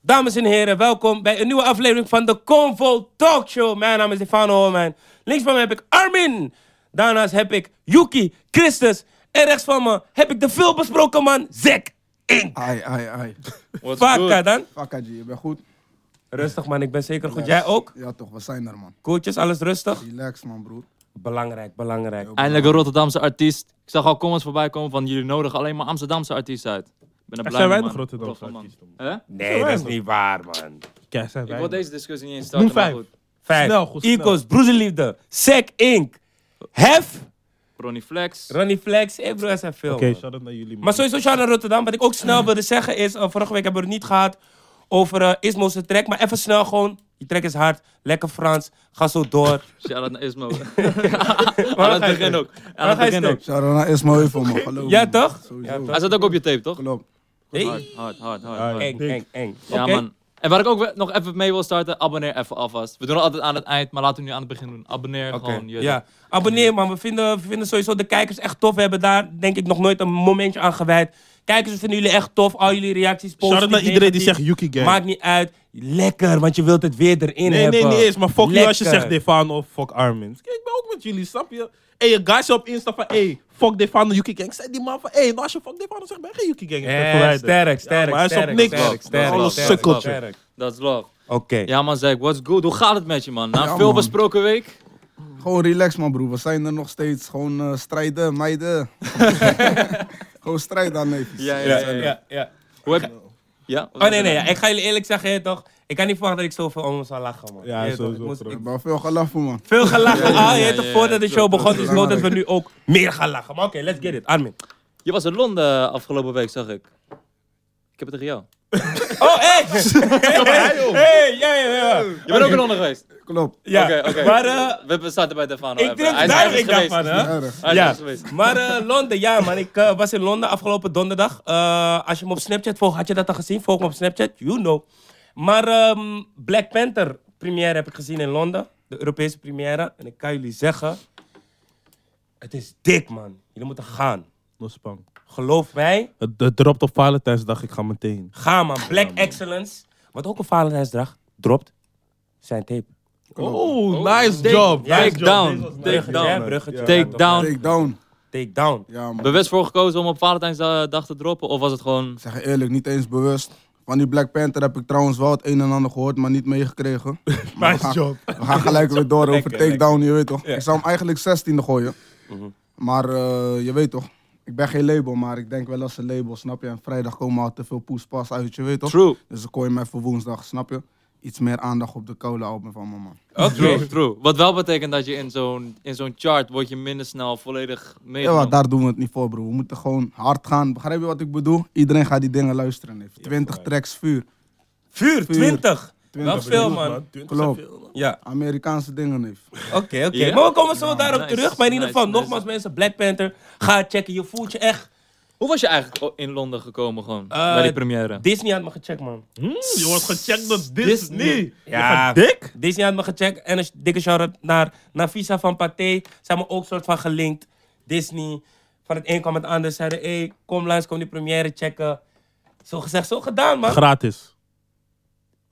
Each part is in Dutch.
Dames en heren, welkom bij een nieuwe aflevering van de Convo Talk Show. Mijn naam is Stefano Holman. Links van me heb ik Armin. Daarnaast heb ik Yuki Christus. En rechts van me heb ik de veelbesproken man Zek Ink. Ai, ai, ai. What's Vaca dan. Fakkaji, je bent goed. Rustig man, ik ben zeker goed. Jij ook? Ja toch, we zijn er man. Coaches, alles rustig? Relax man broer. Belangrijk, belangrijk. Eindelijk een Rotterdamse artiest. Ik zag al comments voorbij komen van jullie nodigen alleen maar Amsterdamse artiesten uit. Ik ben er blij zijn mee, wij man. de Rotterdamse Rotterdam, man. artiesten, Hè? Nee, dat is niet waar man. Kijk, zijn Ik wij. wil man. deze discussie niet eens starten, maar vijf. goed. Vijf. Snel, goed, snel. Ico's, Broederliefde, Zek Ink, Hef, Ronnie Flex. Ronnie Flex, hey bro, dat zijn veel. Oké, man. shout-out naar jullie, man. Maar sowieso shout naar Rotterdam. Wat ik ook snel wilde zeggen is, eh, vorige week hebben we het niet gehad over eh Ismo's track. Maar even snel gewoon, die track is hard, lekker Frans, ga zo door. Shout-out naar Ismo. ga Aan je het begin stuk? ook. Aan Waar het ga je begin ook. stuk? Shout out naar Ismail voor man, geloof Ja, me. toch? Sowieso. Ja, toch? Hij zat ook op je tape, toch? Klopt. Hey, Hard, hard, hard. hard, Hard. Eng, eng, eng. Ja, Ah, Oké. man. En waar ik ook we- nog even mee wil starten, abonneer even alvast. We doen het altijd aan het eind, maar laten we nu aan het begin doen. Abonneer Oké, gewoon. je- ja. Abonneer man, we vinden, we vinden sowieso de kijkers echt tof. We hebben daar denk ik nog nooit een momentje aan gewijd. Kijkers, we vinden jullie echt tof. Al jullie reacties positief. Shout-out naar iedereen die negatief. zegt Yuki Gang. Maakt niet uit. Lekker, want je wilt het weer erin nee, hebben. nee, niet eens. Maar fuck you als je Lekker. zegt Defano of fuck Armin. Kijk, ik ben ook met jullie, snap je? Hé, je guys op Insta van, hey, fuck Defano, Yuki Gang. Zei die man van, hey, als je fuck Defano zegt, ben je geen Yuki Gang. Ik ben Eh, verwijderd. sterk, sterk, maar hij is op sterk, niks, sterk, man. sterk, Alles sterk, sukkeltje. sterk. Dat is love. Oké. Ja, man, Zack, what's good? Hoe gaat het met je, man? Na Ja, veel man. besproken week. Gewoon relax man broer, we zijn er nog steeds. Gewoon eh, strijden, meiden. Gewoon strijden aan neefjes. Ja, ja, Ja, ja. ja, ja. Hoe heb Ja? Oh nee, nee, ja. ik ga jullie eerlijk zeggen, hè, toch? Ik kan niet verwachten dat ik zoveel om me zal lachen, man. Ja, Je toch, sowieso, ik moest- bro. Ik ben veel gelachen man. Veel gelachen, ja, ah, je ja, weet toch, ja, voordat de ja, show klopt, begon, dus ik hoop dat we Belangrijk. nu ook meer gaan lachen. Maar oké, let's get it. Armin. Je was in Londen afgelopen week, zag ik. Ik heb het tegen jou. Oh, hey! Hey, ja, ja, ja. Oh, Je bent ook in Londen geweest? Klopt. Ja, Oké, oké. maar... eh, We- We zaten bij Defano. ik even. drink Hij is daar, ergens ik dacht geweest. van, hè? Erg. Hij is Ja, ergens geweest. maar eh, Londen, ja man. Ik eh, was in Londen afgelopen donderdag. Eh, als je me op Snapchat volgt, had je dat al gezien? Volg me op Snapchat, you know. Maar ehm, Black Panther première heb ik gezien in Londen. De Europese première. En ik kan jullie zeggen, het is dik man. Jullie moeten gaan. No spang. Geloof mij, Het het dropt op Valentijnsdag, ik ga meteen. ga man. Black Excellence. Wat ook een Valentijnsdag dropt, zijn tape. Oh, nice job. Ja, nice Take job. Deze was down. nice. Take Bruggetje, hè? down. Bruggetje. Take down. Take down. Take down. Ja man. Bewust voor gekozen om op Valentijnsdag te droppen? Of was het gewoon... Ik zeg je eerlijk, niet eens bewust. Van die Black Panther heb ik trouwens wel het een en ander gehoord, maar niet meegekregen. Maar we Nice gaan- job. We gaan gelijk weer door over Lekker, Mhm. takedown, je weet toch? Ik zou hem eigenlijk 16e gooien. Maar eh, je weet toch, ik ben geen label, maar ik denk wel als een label, snap je? En vrijdag komen al te veel poespas uit, je weet toch? True. Dus ik gooi hem even woensdag, snap je? Iets meer aandacht op de koude album van mama. True, true. Wat wel betekent dat je in zo'n in zo'n chart wordt je minder snel volledig Ja, maar meegenomen. daar doen we het niet voor, bro. We moeten gewoon hard gaan. Begrijp je wat ik bedoel? Iedereen gaat die dingen luisteren. Heeft 20 tracks vuur. Vuur, 20. Wel veel man. Klopt. Ja. Amerikaanse dingen, neef. Oké, oké. Ja? Ah, Maar we komen zo daarop nice, terug. Maar in ieder nice, geval, nice. nogmaals mensen, Black Panther, ga het checken. Je voelt je echt... Hoe was je eigenlijk o- in Londen gekomen gewoon? Eh, bij die première? Disney had me gecheckt, man. Hm, Je wordt gecheckt door Disney. Disney. Ja. Ja. Dik? Disney had me gecheckt. En een sh- dikke shout-out naar Nafisa van Pathé. Ze hebben me ook soort van gelinkt. Disney. Van het een kwam het ander. Zeiden, hé, hey, kom langs, kom die première checken. Zo gezegd, zo gedaan, man. Gratis.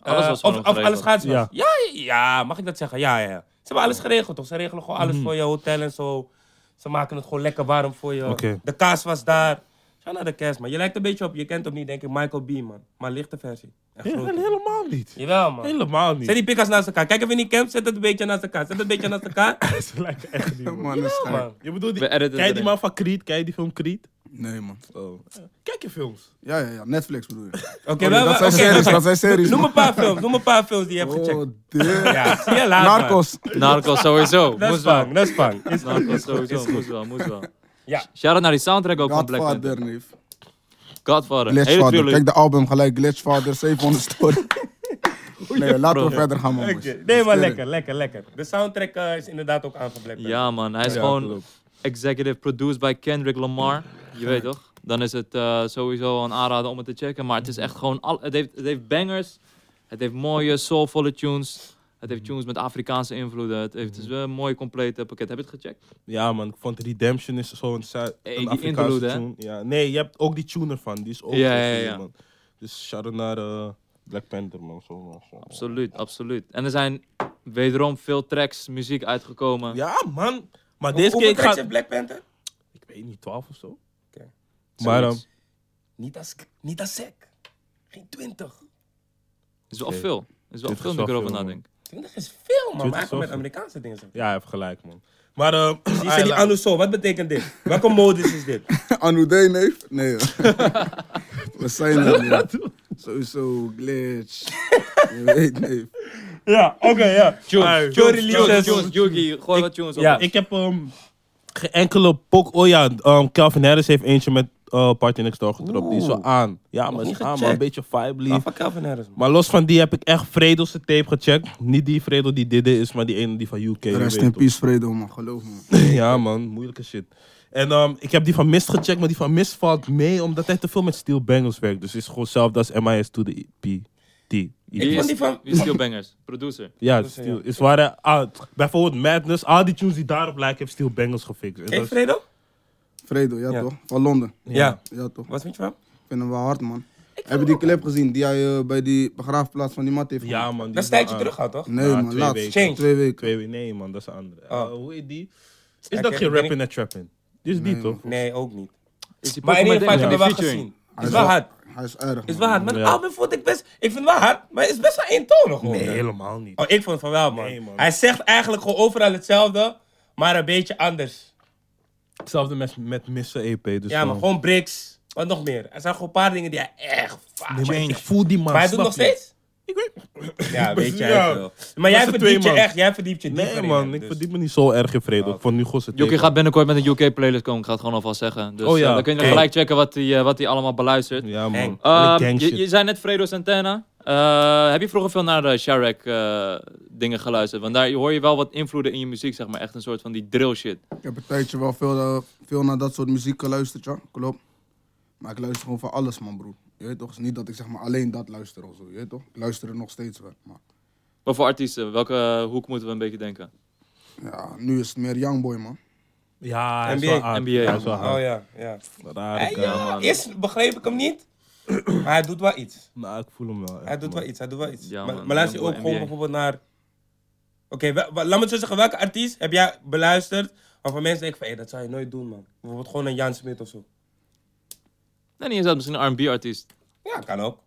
Alles Eh, was of, gewoon of alles geregeld. gaat ja. Ja. ja, ja, mag ik dat zeggen? Ja, ja. ja. Ze hebben alles geregeld, toch? Ze regelen gewoon Mhm. alles voor je hotel en zo. Ze maken het gewoon lekker warm voor je. Oké. De kaas was daar. Ga naar de kerst, man. Je lijkt een beetje op, je kent hem niet, denk ik, Michael B, man. Maar lichte versie. Echt Ja, groot. helemaal niet. Jawel, man. Helemaal niet. Zet die pikas naast elkaar. Kijk even in die camp, zet het een beetje naast elkaar. Zet het een beetje naast elkaar. Ze lijken echt niet, man. Man, is gek. man. Je bedoelt, We die, editen kijk erin. die man van Creed, kijk die film Creed. Nee, man. Oh. Kijk je films. Ja, ja, ja. Netflix bedoel je. Oké, Oh, wel, dat wel, zijn oké, series, oké. dat zijn series. Noem man. een paar films, noem een paar films die je hebt gecheckt. Oh, dear. Ja, zie je later. Narcos. Narcos sowieso. Dat Moest is wel. bang, dat is bang. Is- Narcos sowieso. Moest wel, moest wel. Ja. Shout-out naar die soundtrack ook van Black Godfather, Panther. neef. Godfather. Hele Glitchfather. trilogie. Kijk de album gelijk. Glitchfather, 700 story. Nee, laten we verder gaan, man. boys. Nee, maar dus- lekker, lekker, lekker. De soundtrack eh, is inderdaad ook aangebleven. Ja, man. Hij is gewoon executive produced by Kendrick Lamar. Je weet toch? Dan is het eh, sowieso een aanrader om het te checken. Maar het is echt gewoon... Al, het, heeft, het heeft bangers. Het heeft mooie, soulvolle tunes. Het heeft tunes met Afrikaanse invloeden. Het, heeft, het Mhm. is wel een mooi, complete pakket. Heb je het gecheckt? Ja, man, ik vond Redemption is zo'n Zuid- Hey, Eh, een die Afrikaanse interlude, hè? tune. Ja, nee, je hebt ook die tune ervan. Die is ook Ja, zo ja, goed, ja. man. Dus shout-out naar eh, Black Panther, man. Zo, zo. Absoluut, absoluut. En er zijn wederom veel tracks, muziek uitgekomen. Ja, man. Maar deze keer Hoeveel ik ga... tracks heeft Black Panther? Ik weet niet, 12 of zo. Oké. Maar ehm, Zoiets. Niet als, niet als sec. Geen 20. is wel veel. Is wel Dit veel is nu ik wel erover veel, nadenk. 20 is veel, man. 20 Maar is hij komt met zoveel. Amerikaanse dingen. zo. ja, hij heeft gelijk, man. Maar ehm, Zie je die Ayla- Anuso, wat betekent dit? Welke modus is dit? Anu D, neef? Nee. ja. We zijn er, neef. Sowieso glitch. Je weet, neef. ja, oké, ja. Tunes, Jory tunes, Leaders. tunes, Yugi, gooi wat tunes op. ja. Ik heb ehm geen enkele pok. Oh ja, ehm, Calvin Harris heeft eentje met eh Party Next Door gedropt. Die is wel aan. Ja, maar Nog is niet aan, man. gecheckt. Een beetje vibe Ah, lief. van Calvin Harris, man. Maar los van die heb ik echt Vredel's tape gecheckt. Niet die Vredel die dit is, maar die ene die van UK. je Rest weet in toch. peace, Fredo, man. Geloof me. ja, man, moeilijke shit. En ehm, ik heb die van Mist gecheckt, maar die van Mist valt mee omdat hij te veel met Steel Bangles werkt. Dus het is gewoon hetzelfde als MIS to the E EPT. Ik Wie vond is, die van- wie is Steel Bangers? Producer. Ja, het is Steel. Is waar hij, ah, bijvoorbeeld Madness, al die tunes die daarop lijken, heeft Steel Bangles gefixt. En dat Hey, is- Fredo? Fredo, ja, Ja. toch? Van Londen. Ja. Ja, toch? Wat vind je van? Ik vind hem wel hard, man. Heb je die clip gezien die hij eh, bij die begraafplaats van die mat heeft ja, man. die Dat is een wel tijdje aan. terug al, toch? Nee, Ja, man. twee Laatst. weken. Change. Twee weken. Twee, nee, man, dat is een andere. Oh. Eh, hoe heet die? Is Ja, dat ik- geen ik weet rapping en trapping? Dit is die, Nee, toch? Nee, ook niet. Is die Maar in ieder geval, ik heb hem Pokémon wel Ding? featuring? gezien. Is wel hard. Hij is erg, Is man. wel hard. Maar het Ja. album vond ik best... Ik vind het wel hard, maar het is best wel eentonig. hoor. Nee, helemaal niet. Oh, ik vond van wel, man. Nee, man. Hij zegt eigenlijk gewoon overal hetzelfde, maar een beetje anders. Hetzelfde met, met Missen EP. Dus Ja, maar eh, gewoon bricks. Wat nog meer? Er zijn gewoon een paar dingen die hij echt vaak Nee, maar ik change. voel die man. Maar hij doet snap nog je? steeds? Ik weet Ja, weet jij Ja. wel. Maar jij Dat is de verdiept je twee, man. echt, jij verdiept je dieper Nee, in man, hem, ik dus. verdiep me niet zo erg in vrede. Ik vond nu gewoon zijn Yuki tape. gaat binnenkort met een UK playlist komen, ik ga het gewoon alvast zeggen. Dus Oh ja. eh, dan kun je Hey. gelijk checken wat hij eh, wat hij allemaal beluistert. Ja, Eng. man. Ehm, Ik denk je, shit. je zei net Fredo Santana. Eh, heb je vroeger veel naar de Sharek eh, dingen geluisterd? Want daar hoor je wel wat invloeden in je muziek, zeg maar. Echt een soort van die drill shit. Ik heb een tijdje wel veel, eh, veel naar dat soort muziek geluisterd, ja. Klopt. Maar ik luister gewoon van alles, man, broer. Je weet toch? Het is niet dat ik zeg maar alleen dat luister of zo. Je weet toch? Ik luister er nog steeds wel. Maar Maar voor artiesten, welke eh, hoek moeten we een beetje denken? ja, nu is het meer Youngboy, man. Ja, hij is NBA. wel hard. NBA, Hij man. is wel Oh hard. ja, ja. Rare Hey, guy. ja, man. Eerst begreep ik hem niet, maar hij doet wel iets. Nou, ik voel hem wel. Hij doet wel iets, hij doet wel iets. Ja, maar, man. maar luister je ook Youngboy gewoon NBA. bijvoorbeeld naar... Oké, wel- wel- laat me het zo zeggen, welke artiest heb jij beluisterd waarvan mensen denken van, hé, dat zou je nooit doen, man. Bijvoorbeeld gewoon een Jan Smit of zo. Nee, niet eens dat. Misschien een R&B-artiest. Ja, kan ook.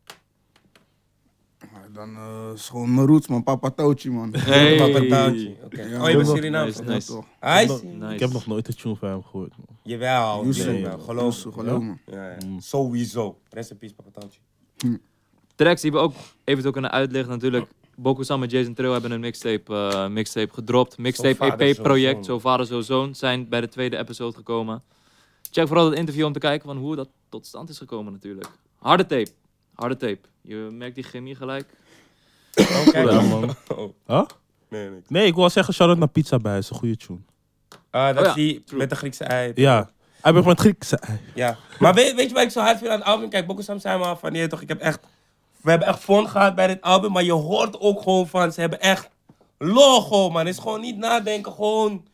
Ja, dan eh, is gewoon mijn roots, man. Papa Touchy, man. Hey. Papa Taantje, oké. Ja, oh, je bent man. Surinaams. Nice, toch? Ja, nice. toch? Hij is- Nice. Ik heb nog nooit een tune van hem gehoord. man. Jawel, Yusu, jawel, geloof Yusu, me. geloof me. Ja, ja. Sowieso. Rest in peace, Papa Taantje. Tracks die we ook eventueel kunnen uitleggen natuurlijk. Bokusam en Jason Trail hebben een mixtape, eh, mixtape gedropt. Zo Mixtape E vader, zo EP-project, zoon. Zo Vader Zo Zoon, zijn bij de tweede episode gekomen. Check vooral het interview om te kijken van hoe dat tot stand is gekomen natuurlijk. Harde tape, harde tape. Je merkt die chemie gelijk. Oké. Ja, man. Oh, Huh? nee, nee. Nee, ik wil zeggen, shout-out naar Pizza bij. is een goede tune. Ah, dat Oh ja, is die true. met de Griekse ei. Ja. Hij begint met Griekse ei. Ja. Maar weet, weet je wat ik zo hard vind aan het album? Kijk, Bokusam zei maar van, nee toch, ik heb echt... We hebben echt fun gehad bij dit album, maar je hoort ook gewoon van, ze hebben echt logo, man. Het is gewoon niet nadenken, gewoon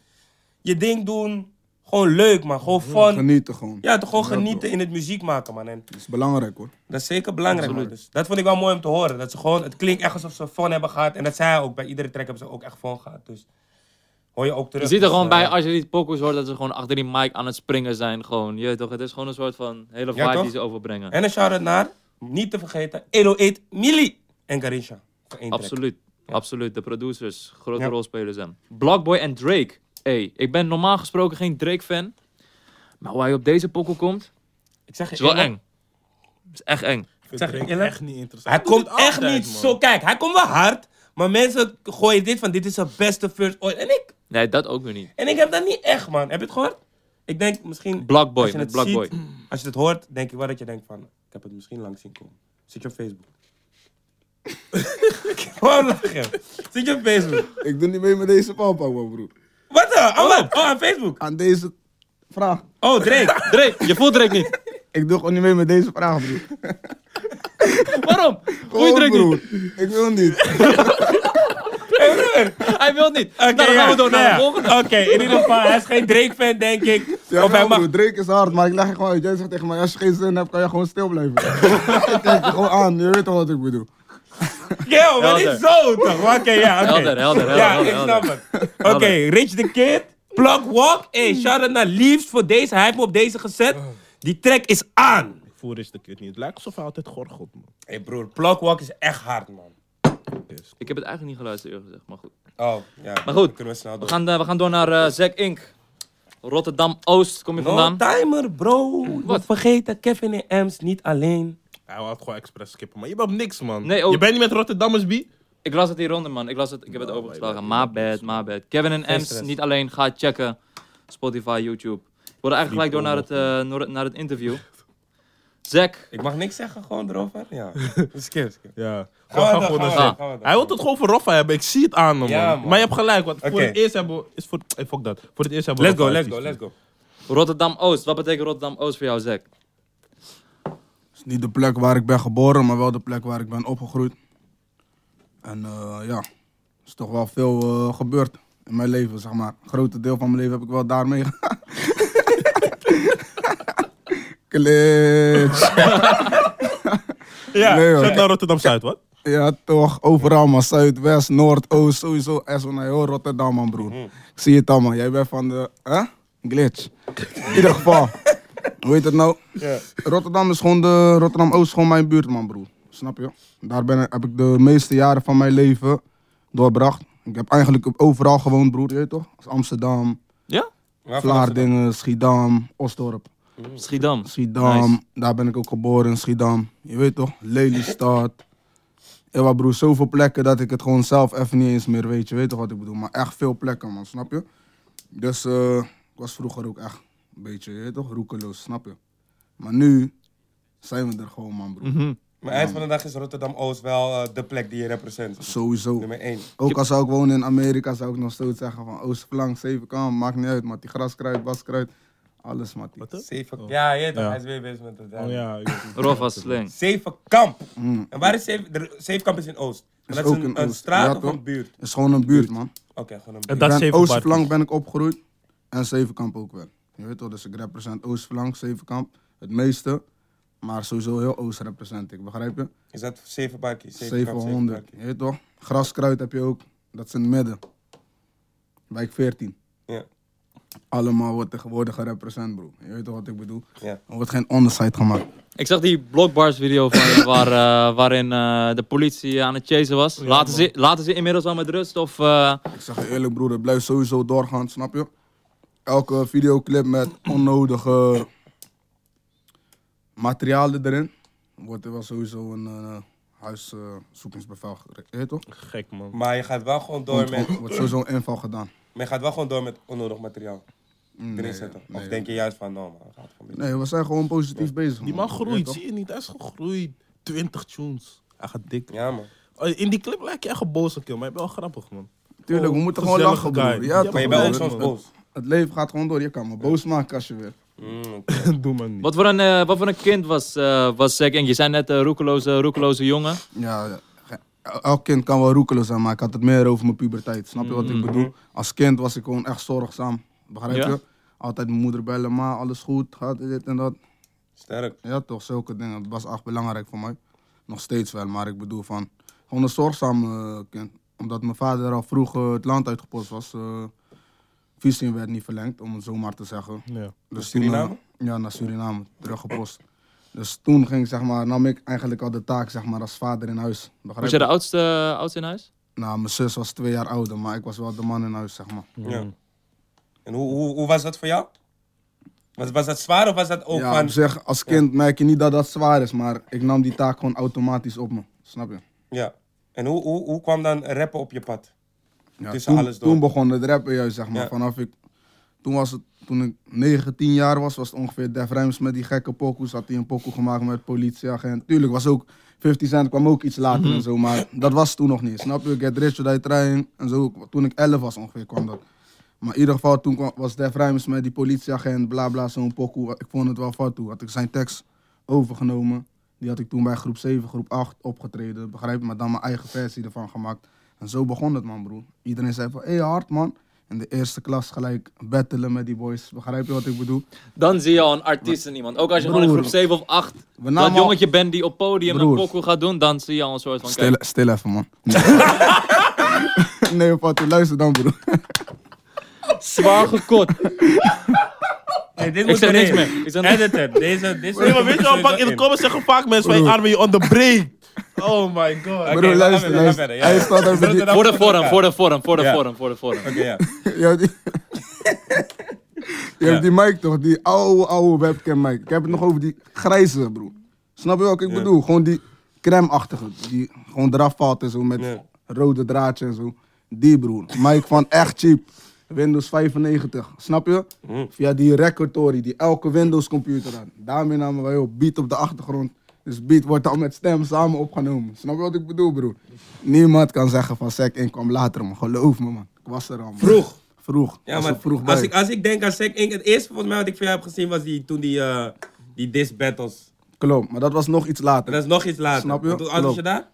je ding doen. Gewoon leuk, man. Gewoon fun. Genieten gewoon. Ja, toch gewoon Ja, genieten toch. in het muziek maken, man. En Dat is belangrijk, hoor. Dat is zeker belangrijk, man. Dus dat vond ik wel mooi om te horen. Dat ze gewoon, het klinkt echt alsof ze fun hebben gehad. En dat zij ook, bij iedere track hebben ze ook echt fun gehad. Dus hoor je ook terug. Je ziet er Dus, gewoon eh, bij, als je die pokus hoort, dat ze gewoon achter die mic aan het springen zijn. Gewoon, je weet toch, het is gewoon een soort van hele vibe Ja, toch? die ze overbrengen. En een shout-out naar, niet te vergeten, Edo 8 Milli en Garisha. Voor één track. Absoluut. Absoluut. De producers, grote Ja. rolspelers zijn. Blockboy en Drake. Hey, ik ben normaal gesproken geen Drake-fan. Maar hoe hij op deze pokkel komt, Ik zeg je is wel eerlijk, eng. Is echt eng. Ik zeg zeg je eerlijk? echt niet interessant. Hij doet komt dit echt altijd, niet man. zo, kijk, hij komt wel hard. Maar mensen gooien dit van, dit is zijn beste first ooit. En ik, Nee, dat ook weer niet. en ik heb dat niet echt, man. Heb je het gehoord? Ik denk misschien... Blockboy, als je met het Blockboy. ziet, Als je het hoort, denk ik wel dat je denkt van... Ik heb het misschien lang zien komen. Zit je op Facebook? Waarom lach je? Zit je op Facebook? Ik doe niet mee met deze papa, man, broer. Wat dan? Oh, wat? oh, aan Facebook. Aan deze vraag. Oh, Drake. Drake, je voelt Drake niet. Ik doe gewoon niet mee met deze vraag, broer. Waarom? Goeie Gewoon, Drake niet. broer. Ik wil niet. Hij wil niet. nou, dan Oké, gaan we ja. door naar Ja, de ja. volgende. Oké, in ieder geval, hij is geen Drake-fan, denk ik. Ja, of hij wel, mag... broer. Drake is hard, maar ik leg je gewoon uit. Jij zegt tegen mij, als je geen zin hebt, kan je gewoon stil blijven. ik kijk je gewoon aan. Je weet toch wat ik bedoel. Ja, maar niet Helder. zo toch? Oké, ja, oké. Helder, helder, helder, Ja, helder, ik helder. snap het. Oké, Rich the Kid, Plug Walk. Hey, shout-out naar Leaves voor deze. Hij heeft me op deze gezet. Die track is aan. Ik voel is de kut niet. Het lijkt alsof hij altijd gorgelt, man. Hey broer, Plug Walk is echt hard, man. Ik heb het eigenlijk niet geluisterd eerlijk gezegd, maar goed. Oh, ja. Maar goed, kunnen we snel We door. gaan, eh, we gaan door naar eh Zack Inc. Rotterdam Oost, kom je No vandaan? timer, bro. We Wat? vergeten Kevin en Ems niet alleen. Hij had gewoon expres skippen, maar je bent op niks, man. Nee, ook- Je bent niet met Rotterdammers, B? Ik las het hieronder, man. Ik, las het, ik heb het overgeslagen. My bad, my bad. Kevin en Ems, stress. niet alleen, ga checken. Spotify, YouTube. Ik word eigenlijk gelijk door naar het, eh, noor- naar het interview. Zack, Ik mag niks zeggen, gewoon erover. Ja. Skip, skip. Ja. Gaan we Gewoon, door, gaan gewoon naar we door, Zack. gaan we door. Hij wil het gewoon voor Roffa hebben. Ik zie het aan hem, Ja, man. man. Maar je hebt gelijk, want voor Oké. het eerst hebben we... Is voor, eh, fuck dat. Voor het eerst hebben we... Let's go, Roffa let's go, artiesten. let's go. Rotterdam Oost. Wat betekent Rotterdam Oost voor jou, Zack? Het is niet de plek waar ik ben geboren, maar wel de plek waar ik ben opgegroeid. En eh, ja, er is toch wel veel eh, gebeurd in mijn leven, zeg maar. Een grote deel van mijn leven heb ik wel daarmee gehad. Klits. Ja, Nee, hoor. zet naar Rotterdam-Zuid, wat? Ja, toch. Overal, man. Zuid, West, Noord, Oost, sowieso. SO naar heel Rotterdam, man, broer. Ik zie het allemaal. Jij bent van de... Hè? Glitch. In ieder geval. Hoe heet het nou? Rotterdam is gewoon de... Rotterdam-Oost is gewoon mijn buurt, man, broer. Snap je? Daar ben, ik- heb ik de meeste jaren van mijn leven doorbracht. Ik heb eigenlijk overal gewoond, broer. Je weet toch? Als Amsterdam, Ja? Waarvan Vlaardingen, Schiedam, Osdorp. Schiedam. Schiedam, Nice. daar ben ik ook geboren in Schiedam. Je weet toch, Lelystad. Ewa broer, zoveel plekken dat ik het gewoon zelf even niet eens meer weet. Je weet toch wat ik bedoel, maar echt veel plekken man, snap je? Dus eh, ik was vroeger ook echt een beetje, je weet toch, roekeloos, snap je? Maar nu zijn we er gewoon man broer, Maar eind van de dag is Rotterdam-Oost wel eh, de plek die je represent. sowieso. Nummer 1. Ook als zou ik wonen in Amerika, zou ik nog steeds zeggen van oh, Oostflank, Zevenkant, maakt niet uit man. Die graskruid, baskruid, alles man. Zeven... Ja, je weet toch, Ja. hij is weer bezig met het. Oh, ja, ik weet het. Roffa Sling. Zevenkamp. En waar is Zeven... de- Zevenkamp is in Oost. Maar Mm. Is dat is ook een, in een Oost. straat Ja, of toch? een buurt? Het is gewoon een buurt man. Oké, gewoon een En buurt. dat ben is zeven Oostflank ben ik opgeroeid en Zevenkamp ook wel. Je weet wel, dus ik represent Oostflank, Zevenkamp het meeste. Maar sowieso heel Oost represent ik, begrijp je? Is dat zeven barkies? Zevenkamp, Zevenhonderd, Zevenbarkie. je weet toch? Graskruid heb je ook, dat is in het midden. Wijk 14. Ja, Allemaal wordt tegenwoordig gerepresent, bro. Je weet toch wat ik bedoel? ja. Er wordt geen onderscheid gemaakt. Ik zag die Blockbars video van je waar, eh, waarin eh, de politie aan het chasen was. Laten ze, laten ze inmiddels al met rust of... eh, Ik zeg je eerlijk, broer, het blijft sowieso doorgaan, snap je? Elke videoclip met onnodige materialen erin, wordt er wel sowieso een eh, huiszoekingsbevel gekregen, je weet toch? Gek, man. Maar je gaat wel gewoon door Wordt, met, wordt sowieso een inval gedaan. maar je gaat wel gewoon door met onnodig materiaal erin Nee, zetten. Of nee. denk je juist van, nou man, gaat gewoon Nee, we zijn gewoon positief bezig. Die man man Je weet groeit, toch? zie je niet? Hij is gegroeid. 20 tunes. Hij gaat dik. Ja man. Oh, In die clip lijkt je echt een boze kill, maar je bent wel grappig, man. Tuurlijk, we Oh, moeten gewoon gezellige lachen, guy. broer. Ja, Ja, toch, Maar je ben bent broer? ook Nee, soms man. boos. Het leven gaat gewoon door. Je kan me boos maken als je wil. Mm, oké. Doe maar niet. Wat voor een, eh, wat voor een kind was, eh was Zack Inc? Je zei net eh, roekeloze, roekeloze jongen. Ja, ja. El- elk kind kan wel roekeloos zijn, maar ik had het meer over mijn puberteit. Snap je wat ik bedoel? Als kind was ik gewoon echt zorgzaam. Begrijp Ja. je? Altijd mijn moeder bellen, ma, alles goed, gaat dit en dat. Sterk. Ja, toch, zulke dingen. Dat was echt belangrijk voor mij. Nog steeds wel, maar ik bedoel van... Gewoon een zorgzaam eh, kind. Omdat mijn vader al vroeg eh, het land uitgepost was. eh visum werd niet verlengd, om het zo maar te zeggen. Ja. Dus Suriname? Toen, eh, ja, naar Suriname, teruggepost. Dus toen ging, ik, zeg maar, nam ik eigenlijk al de taak zeg maar, als vader in huis. Was Begrijp jij je? de oudste, eh, oudste in huis? Nou, mijn zus was twee jaar ouder, maar ik was wel de man in huis, zeg maar. Ja. En hoe, hoe, hoe was dat voor jou? Was, was dat zwaar of was dat ook ja, van... op zich, als kind merk je niet dat dat zwaar is, maar ik nam die taak gewoon automatisch op me. Snap je? Ja. En hoe, hoe, hoe kwam dan rappen op je pad? Ja, Tussen toen, alles door. Toen begon het rappen juist, zeg maar. Ja. Vanaf ik, toen, was het, toen ik 19 jaar was, was het ongeveer Def Rhymes met die gekke pokoes. Had hij een pokoe gemaakt met politieagent. Tuurlijk was ook, 50 Cent kwam ook iets later Mhm. en zo, maar dat was toen nog niet. Snap je? Get Rich or Die Trying en zo. Toen ik 11 was ongeveer kwam dat. Maar in ieder geval, toen kwam, was Def Rhymes met die politieagent, bla bla, zo'n pokoe. Ik vond het wel fout toe. Had ik zijn tekst overgenomen. Die had ik toen bij groep 7, groep 8 opgetreden, begrijp je? Maar dan mijn eigen versie ervan gemaakt. En zo begon het, man, broer. Iedereen zei van, hé, hey, hard, man. in de eerste klas gelijk battelen met die boys. Begrijp je wat ik bedoel? Dan zie je al een artiest in iemand. Ook als je gewoon in Broer. groep 7 of 8 We dat namen al- jongetje bent die op podium een Broer. pokoe gaat doen, dan zie je al een soort van... Stil, Kijk, stil even, man. nee, Patu, luister dan, broer. zwaar gekot. Nee, dit zeg erin. niks meer. Ik zeg niks- Editor, deze... deze Nee, maar weet je wel, pak in de comments zeggen vaak mensen van, Armin, je onderbreekt. Oh my god. Oké, Broer, we gaan verder, luister, we gaan luister. verder, ja. Hij staat over die... Voor de vorm, voor de vorm, voor de Ja. vorm, voor de vorm. Oké, ja. Ja, die... Je Ja. hebt die mic toch, die oude, oude webcam mic. Ik heb het nog over die grijze, broer. Snap je wat ik bedoel? Gewoon die crème-achtige, die gewoon eraf valt en zo met Ja. rode draadje en zo. Die broer, mic van echt cheap. Windows 95, snap je? Hm. Via die recordory die elke Windows computer had. Daarmee namen wij op beat op de achtergrond. Dus beat wordt al met stem samen opgenomen. Snap je wat ik bedoel, broer? Niemand kan zeggen van Sek 1 kwam later, man. Geloof me, man. Ik was er al, man. Vroeg. Vroeg. Ja, Was maar er vroeg bij. als, ik, als ik denk aan Sek Inc. Het eerste volgens mij wat ik van jou heb gezien was die, toen die, eh die diss battles. Klopt, maar dat was nog iets En later. dat is nog iets later. Snap je? Want Hoe oud was je Klopt. daar?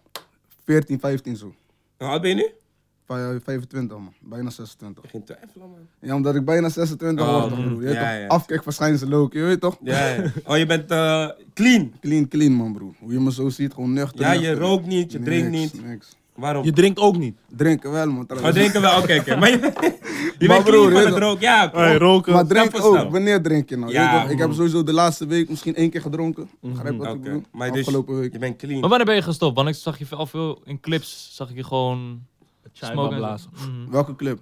14, 15 zo. Hoe oud ben je nu? Bij- 25 man, bijna 26. Geen twijfel, man. Ja, omdat ik bijna 26 Oh, word, toch, broer. Je weet ja, toch, ja. afkikverschijnsel ook, je weet toch? Ja, ja. Oh, je bent eh, clean. Clean, clean man, broer. Hoe je me zo ziet, gewoon nuchter. Ja, je nuchter. rookt niet, je drinkt Niks, niet. Niks. Waarom? Je drinkt ook niet. Drinken wel, man. trouwens. Oh, drinken wel. Oké, oké. Maar je, je Maar bent clean broer, je van weet het rook. Ja, klopt. Hey, roken. Maar drink Snap, snap. ook. Wanneer drink je nou? Je Ja, weet toch, ik heb broer. Mhm, sowieso de laatste week misschien één keer gedronken. Begrijp wat Oké, ik bedoel? maar dus Afgelopen week. je bent Maar clean. wanneer ben je gestopt? Want ik zag je al veel in clips, zag ik je gewoon smoken. en zo. Mhm. Welke club?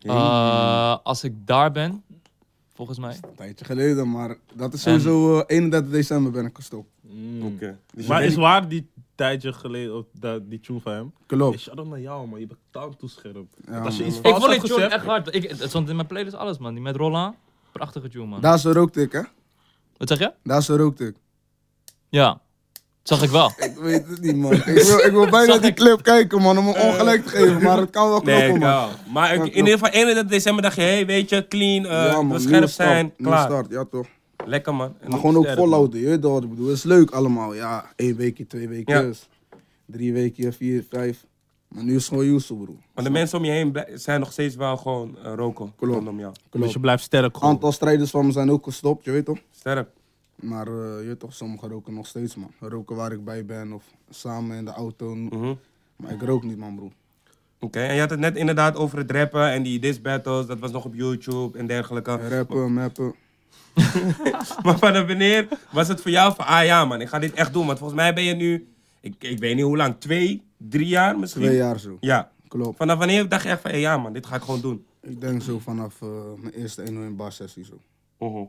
Eh, als ik daar ben, volgens mij. Een tijdje geleden, maar dat is sowieso eh, 31 december ben ik gestopt. Oké. Dus je Maar bent is niet- waar die tijdje geleden, of dat- die tune van hem? Hey, Klopt. shout-out naar jou, man. Je bent taal toescherpt. Ja, als je man. iets Ik fout vond had die tune gezegd... echt hard. Ik, het stond in mijn playlist alles, man. Die met Rolla. Prachtige tune, man. Daar zo rookte ik, hè? Wat zeg je? Daar zo rookte ik. Ja. zag ik wel. Ik weet het niet, man. Ik wil, ik wil bijna Zag die ik. clip kijken, man, om een ongelijk te geven. Maar het kan wel Nee, kloppen, man. kan. Maar ik- in ieder geval 31 december dacht je, hé, hey, weet je, clean, eh Ja, man. we nieuwe scherp start, zijn, nieuwe klaar. start, ja toch. Lekker man. En Maar gewoon ook sterk, man. volhouden, je weet wel wat ik bedoel. Het is leuk allemaal, ja. Eén weekje, twee weekjes. Drie weken, vier, vijf. Maar nu is het gewoon Yusuf, broer. Want de mensen om je heen blij- zijn nog steeds wel gewoon eh, roken Klopt. rondom jou. Dus je Klopt. blijft sterk, Een gewoon. aantal strijders van me zijn ook gestopt, je weet toch? Sterk. Maar eh, je weet toch, sommigen roken nog steeds, man. Roken waar ik bij ben of samen in de auto. Mhm. Maar ik rook niet, man, broer. Oké, en je had het net inderdaad over het rappen en die diss battles, dat was nog op YouTube en dergelijke. Rappen, mappen. Maar vanaf wanneer was het voor jou van, ah ja man, ik ga dit echt doen. Want volgens mij ben je nu, ik, ik weet niet hoe lang, twee, drie jaar misschien? Twee jaar zo. Ja. Klopt. Vanaf wanneer dacht je echt van, hé, ja man, dit ga ik gewoon doen? Ik denk zo vanaf eh, mijn eerste 1-1 bar sessie zo. Mhm.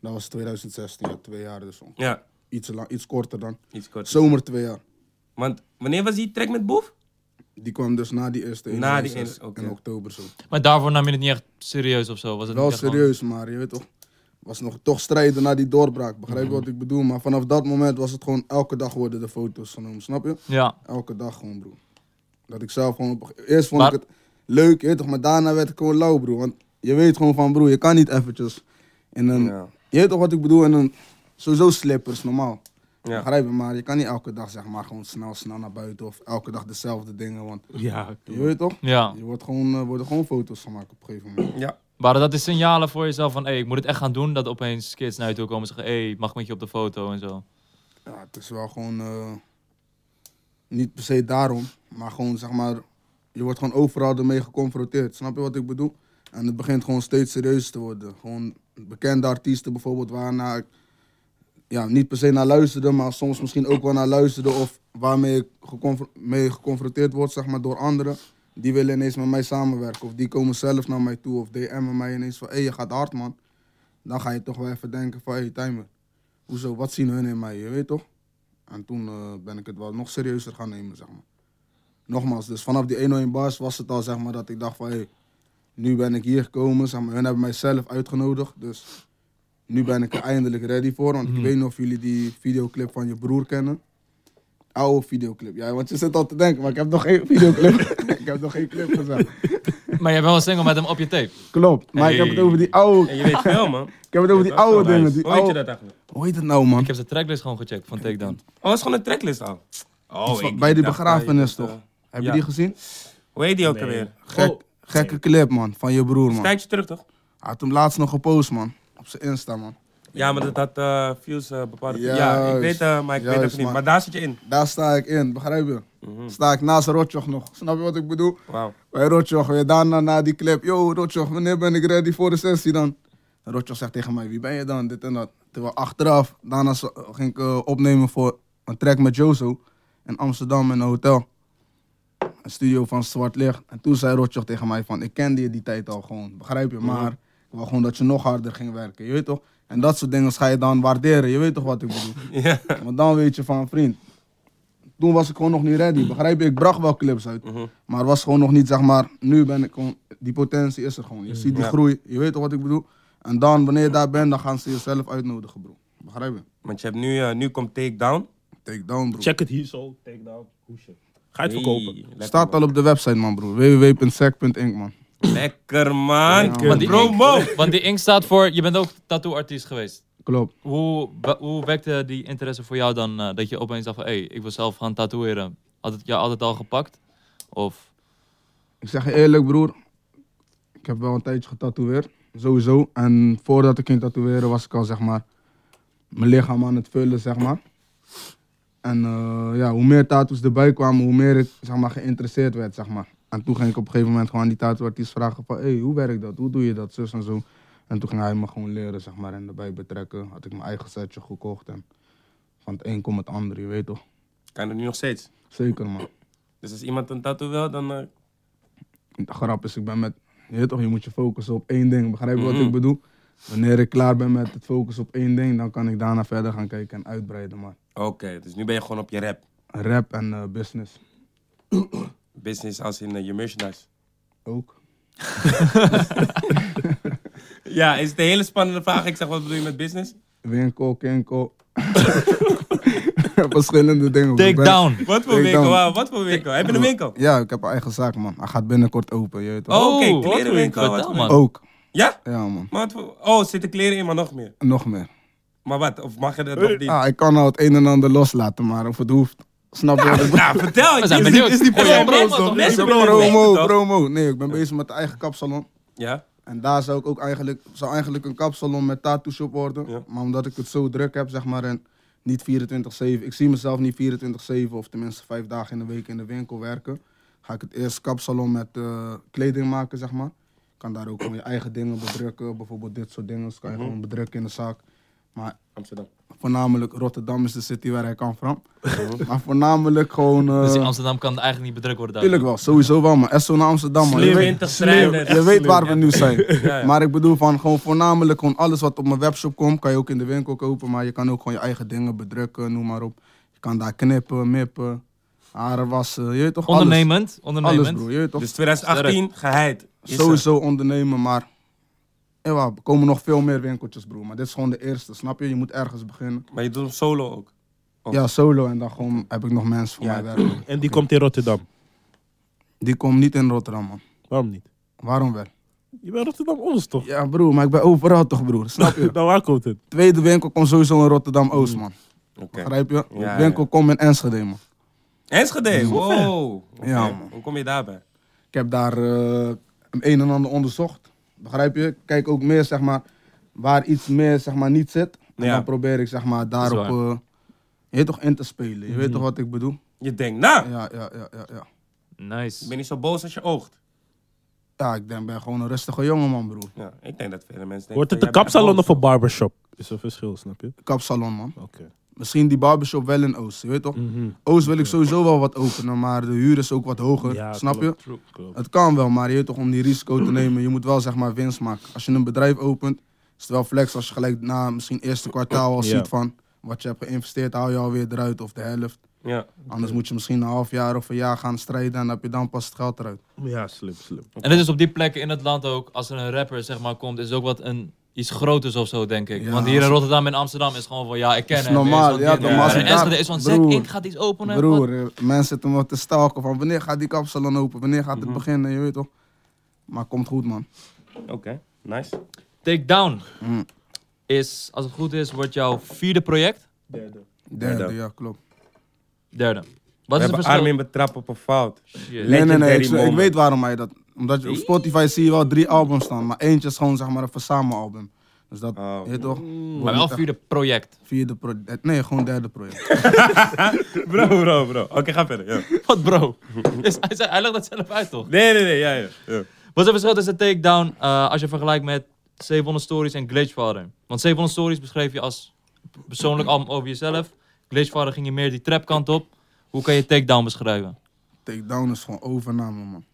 Dat was 2016, ja, twee jaar dus. ongeveer. Ja, Iets, lang, iets korter dan. iets kort. Zomer twee jaar. Want wanneer was die track met Boef? Die kwam dus na die eerste Na 1-1 die sessie eerste, oké. in oktober zo. Maar daarvoor nam je het niet echt serieus of zo. Was het Wel niet echt gewoon- serieus, maar je weet toch. Was nog toch strijden na die doorbraak, begrijp Mhm. je wat ik bedoel? Maar vanaf dat moment was het gewoon elke dag worden de foto's genomen, snap je? Ja. Elke dag gewoon, broer. Dat ik zelf gewoon... op- Eerst vond Maar- ik het leuk, je weet toch, maar daarna werd ik gewoon lauw, broer. Want je weet gewoon van, broer, je kan niet eventjes in een... Ja. Je weet toch wat ik bedoel? In een... Sowieso slippers, normaal. Ja. Begrijp je? Maar je kan niet elke dag, zeg maar, gewoon snel, snel naar buiten. Of elke dag dezelfde dingen, want... Ja, Je weet toch? Ja. Je wordt gewoon, eh, worden gewoon foto's gemaakt op een gegeven moment. Ja. Waren dat de signalen voor jezelf van, hé, ik moet het echt gaan doen. Dat opeens kids naar je toe komen en zeggen, hé, mag ik met je op de foto en zo. Ja, het is wel gewoon... eh, niet per se daarom, maar gewoon, zeg maar... Je wordt gewoon overal ermee geconfronteerd. Snap je wat ik bedoel? En het begint gewoon steeds serieuzer te worden. Gewoon bekende artiesten bijvoorbeeld, waarna ik... Ja, niet per se naar luisterde, maar soms misschien ook wel naar luisterde... of waarmee ik geconfr- mee geconfronteerd word, zeg maar, door anderen... Die willen ineens met mij samenwerken. Of die komen zelf naar mij toe. Of DM'en mij ineens van, hé, hey, je gaat hard, man. Dan ga je toch wel even denken van, hé, hey, timer. Hoezo, wat zien hun in mij, je weet toch? En toen eh, ben ik het wel nog serieuzer gaan nemen, zeg maar. Nogmaals, dus vanaf die 101 bars was het al, zeg maar, dat ik dacht van, hé, hey, nu ben ik hier gekomen, zeg maar. Hun hebben mij zelf uitgenodigd, dus nu ben ik er eindelijk ready voor. Want ik weet niet of jullie die videoclip van je broer kennen. Oude videoclip, ja, want je zit al te denken, maar ik heb nog geen videoclip. ik heb nog geen clip gezet. Maar je bent wel single met hem op je tape. Klopt, maar ik heb het Hey. over die oude, En je weet veel man. ik heb het over die oude dingen. Die Hoe heet je oude, dat eigenlijk? hoe heet het nou, man? Ik heb de tracklist gewoon gecheckt van Takedown. Oh, het is gewoon een tracklist al. Oh, Bij die dacht, begrafenis ah, je toch? bent, eh, Heb je ja. die gezien? Hoe heet die ook alweer? Gek, Oh, Gekke clip, man. Van je broer, man. Hij Tijdje terug toch? had hem laatst nog gepost, man. Op zijn Insta, man. Ja, maar dat had eh, views eh, bepaalde. Ja, ik Juist. weet, eh, maar ik weet Juist, het niet. man. Maar daar zit je in. Daar sta ik in, begrijp je? Mhm. Sta ik naast Rotjoch nog. Snap je wat ik bedoel? Wauw. Bij Rotjoch, weer daarna na die clip. Yo, Rotjoch, wanneer ben ik ready voor de sessie dan? En Rotjoch zegt tegen mij, wie ben je dan? Dit en dat. Terwijl achteraf, daarna zo- ging ik eh, opnemen voor een track met Jozo. In Amsterdam in een hotel. Een studio van Zwart Licht. En toen zei Rotjoch tegen mij van, ik kende je die tijd al gewoon. Begrijp je? Maar ik wou gewoon dat je nog harder ging werken. Je weet toch? En dat soort dingen ga je dan waarderen. Je weet toch wat ik bedoel? Ja. Maar dan weet je van, vriend, toen was ik gewoon nog niet ready. Begrijp je? Ik bracht wel clips uit. Maar was gewoon nog niet, zeg maar, nu ben ik gewoon, die potentie is er gewoon. Je ziet die Ja. groei, je weet toch wat ik bedoel? En dan, wanneer je daar bent, dan gaan ze jezelf uitnodigen, bro. Begrijp je? Want je hebt nu, eh, nu komt Takedown. Take down, bro. Check het hier zo. Take down. Hoesje. Ga je het verkopen? Hey, Staat al op de website, man, bro. www.sec.inc, man. Lekker man. Want die Promo. ink, want die ink staat voor, je bent ook tattoo-artiest geweest. Klopt. Hoe, wa- hoe wekte die interesse voor jou dan, eh, dat je opeens dacht van, hé, hey, ik wil zelf gaan tatoeëren. Had het jou altijd al gepakt? Of, Ik zeg je eerlijk, broer. Ik heb wel een tijdje getatoeëerd, sowieso. En voordat ik ging tatoeëren was ik al, zeg maar, mijn lichaam aan het vullen, zeg maar. En eh, ja, hoe meer tattoos erbij kwamen, hoe meer ik, zeg maar, geïnteresseerd werd, zeg maar. En toen ging ik op een gegeven moment gewoon aan die tattooartiest vragen van, hey, hoe werkt dat? Hoe doe je dat? Zus en zo. En toen ging hij me gewoon leren, zeg maar, en erbij betrekken. Had ik mijn eigen setje gekocht en van het een komt het ander, je weet toch? Kan er nu nog steeds. Zeker, man. Dus als iemand een tattoo wil, dan... eh, De grap is, ik ben met. Je, weet toch, je moet je focussen op één ding. Begrijp je Mhm. wat ik bedoel? Wanneer ik klaar ben met het focussen op één ding, dan kan ik daarna verder gaan kijken en uitbreiden. Maar Oké, dus nu ben je gewoon op je rap. rap en eh, business Business als in eh, je merchandise. ook. Ja, is het een hele spannende vraag. Ik zeg, wat bedoel je met business? Winkel, kinkel. Verschillende dingen. Ik take ben- down. Wat voor Ik winkel? dan. Wauw, wat voor winkel? Heb je een winkel? Ja, ik heb een eigen zaak, man. Hij gaat binnenkort open. Je weet toch? Oh, oké, wat voor klerenwinkel, winkel? wat Vertel, voor man. Ook. Ja? Ja, man. Maar wat voor- Oh, zitten kleren in, maar nog meer. Nog meer. Maar wat? Of mag je dat nog niet? Ah, ik kan al het een en ander loslaten, maar of het hoeft. Snap je? wat ik bedoel? Nou, vertel. We zijn is- benieuwd. Is die Oh, jij bent promo? toch? Mensen Is die willen het weten, Promo, toch? promo. Nee, ik ben bezig met de eigen kapsalon. Ja? En daar zou ik ook eigenlijk, zou eigenlijk een kapsalon met tattoo shop worden. Ja. Maar omdat ik het zo druk heb, zeg maar, en niet 24-7. Ik zie mezelf niet 24-7 of tenminste vijf dagen in de week in de winkel werken. Ga ik het eerst kapsalon met eh, kleding maken, zeg maar. Kan daar ook gewoon je eigen dingen bedrukken. Bijvoorbeeld dit soort dingen. Dus kan je gewoon bedrukken in de zaak. Maar Mhm. Amsterdam. voornamelijk Rotterdam is de city waar hij kan van. Mhm. maar voornamelijk gewoon... eh, Dus in Amsterdam kan het eigenlijk niet bedrukt worden daar. Tuurlijk wel, sowieso wel, maar SO naar Amsterdam, man. Je Slim, weet, 20 strijder. je weet waar we nu zijn. ja. Maar ik bedoel van gewoon voornamelijk gewoon alles wat op mijn webshop komt, kan je ook in de winkel kopen. Maar je kan ook gewoon je eigen dingen bedrukken, noem maar op. Je kan daar knippen, mippen, haren wassen, je weet toch alles. Ondernemend, Alles, ondernemend. bro, je weet toch. Dus 2018, geheid. Is er. sowieso ondernemen, maar ewa, er komen nog veel meer winkeltjes, bro. Maar dit is gewoon de eerste, snap je? Je moet ergens beginnen. Maar je doet hem solo ook. Oh. Ja, solo en dan gewoon heb ik nog mensen voor Ja, mij werken. En die komt in Rotterdam. Die komen niet in Rotterdam, man. Waarom niet? Waarom wel? Je bent Rotterdam Oost toch? Ja, broer, maar ik ben overal toch, broer. Snap je? Nou, waar komt het? tweede winkel komt sowieso in Rotterdam-Oost, man. Oké. Begrijp je? Mm. Ja, winkel komt in Enschede, man. Enschede, wow. Oké, Ja, man. Hoe kom je daarbij? Ik heb daar eh, een en ander onderzocht. Begrijp je? Ik kijk ook meer, zeg maar, waar iets meer, zeg maar, niet zit. En Ja. dan probeer ik, zeg maar, daarop, Dat is eh, je weet toch, in te spelen. Je Mm-hmm. weet toch wat ik bedoel? Je denkt, nou, Ja, ja, ja, ja, ja. ik Nice. ben niet zo boos als je oogt. Ja, ik denk, ben gewoon een rustige jongeman, broer. Ja, ik denk dat vele mensen denken... Wordt het jij een bent kapsalon boos. of een barbershop? Is een verschil, snap je? Kapsalon, man. Oké. Misschien die barbershop wel in Oost, je weet toch? Mm. Mhm. Oost wil ik sowieso wel wat openen, maar de huur is ook wat hoger, snap je? Het kan wel, maar je weet toch, om die risico te nemen, je moet wel zeg maar winst maken. Als je een bedrijf opent, is het wel flex als je gelijk na misschien eerste kwartaal al Ja. ziet van wat je hebt geïnvesteerd, haal je alweer eruit of de helft. Ja. Anders moet je misschien een half jaar of een jaar gaan strijden en dan heb je dan pas het geld eruit. Ja, slim, slim. En dit is op die plekken in het land ook, als er een rapper zeg maar komt, is het ook wat een, iets groters of zo, denk ik. Ja. Want hier in Rotterdam en Amsterdam is gewoon van, ja, ik ken Is hem. normaal, is ja, toch, maar als En ik daar- Enschede is van, Zek, broer. ik ga iets openen. Broer, eh, mensen zitten wel te stalken van wanneer gaat die kapsalon open, wanneer gaat het beginnen, je weet toch. Maar komt goed man. Oké, nice. Take Down Mm. is, als het goed is, wordt jouw vierde project. Derde, Derde. ja klopt. Derde. We Wat is het hebben verschil? Armin betrapt op een fout. Shit. Nee, nee, nee, Legendary ik, ik moment. weet waarom hij dat Omdat je op Spotify zie je wel drie albums staan, maar eentje is gewoon zeg maar een verzamelalbum. Dus dat, Oh. je weet toch? Maar wel via de project. Vierde project. Nee, gewoon derde project. Bro, bro, bro. Oké, ga verder. ja. Wat bro? Is- hij, zei- hij legt dat zelf uit toch? Nee, nee, nee. Ja, ja. ja. Wat is het verschil tussen Takedown eh, als je vergelijkt met 700 Stories en Glitchfather? Want 700 Stories beschreef je als persoonlijk album over jezelf. Glitchfather ging je meer die trapkant op. Hoe kan je Takedown beschrijven? Takedown is gewoon overname, man.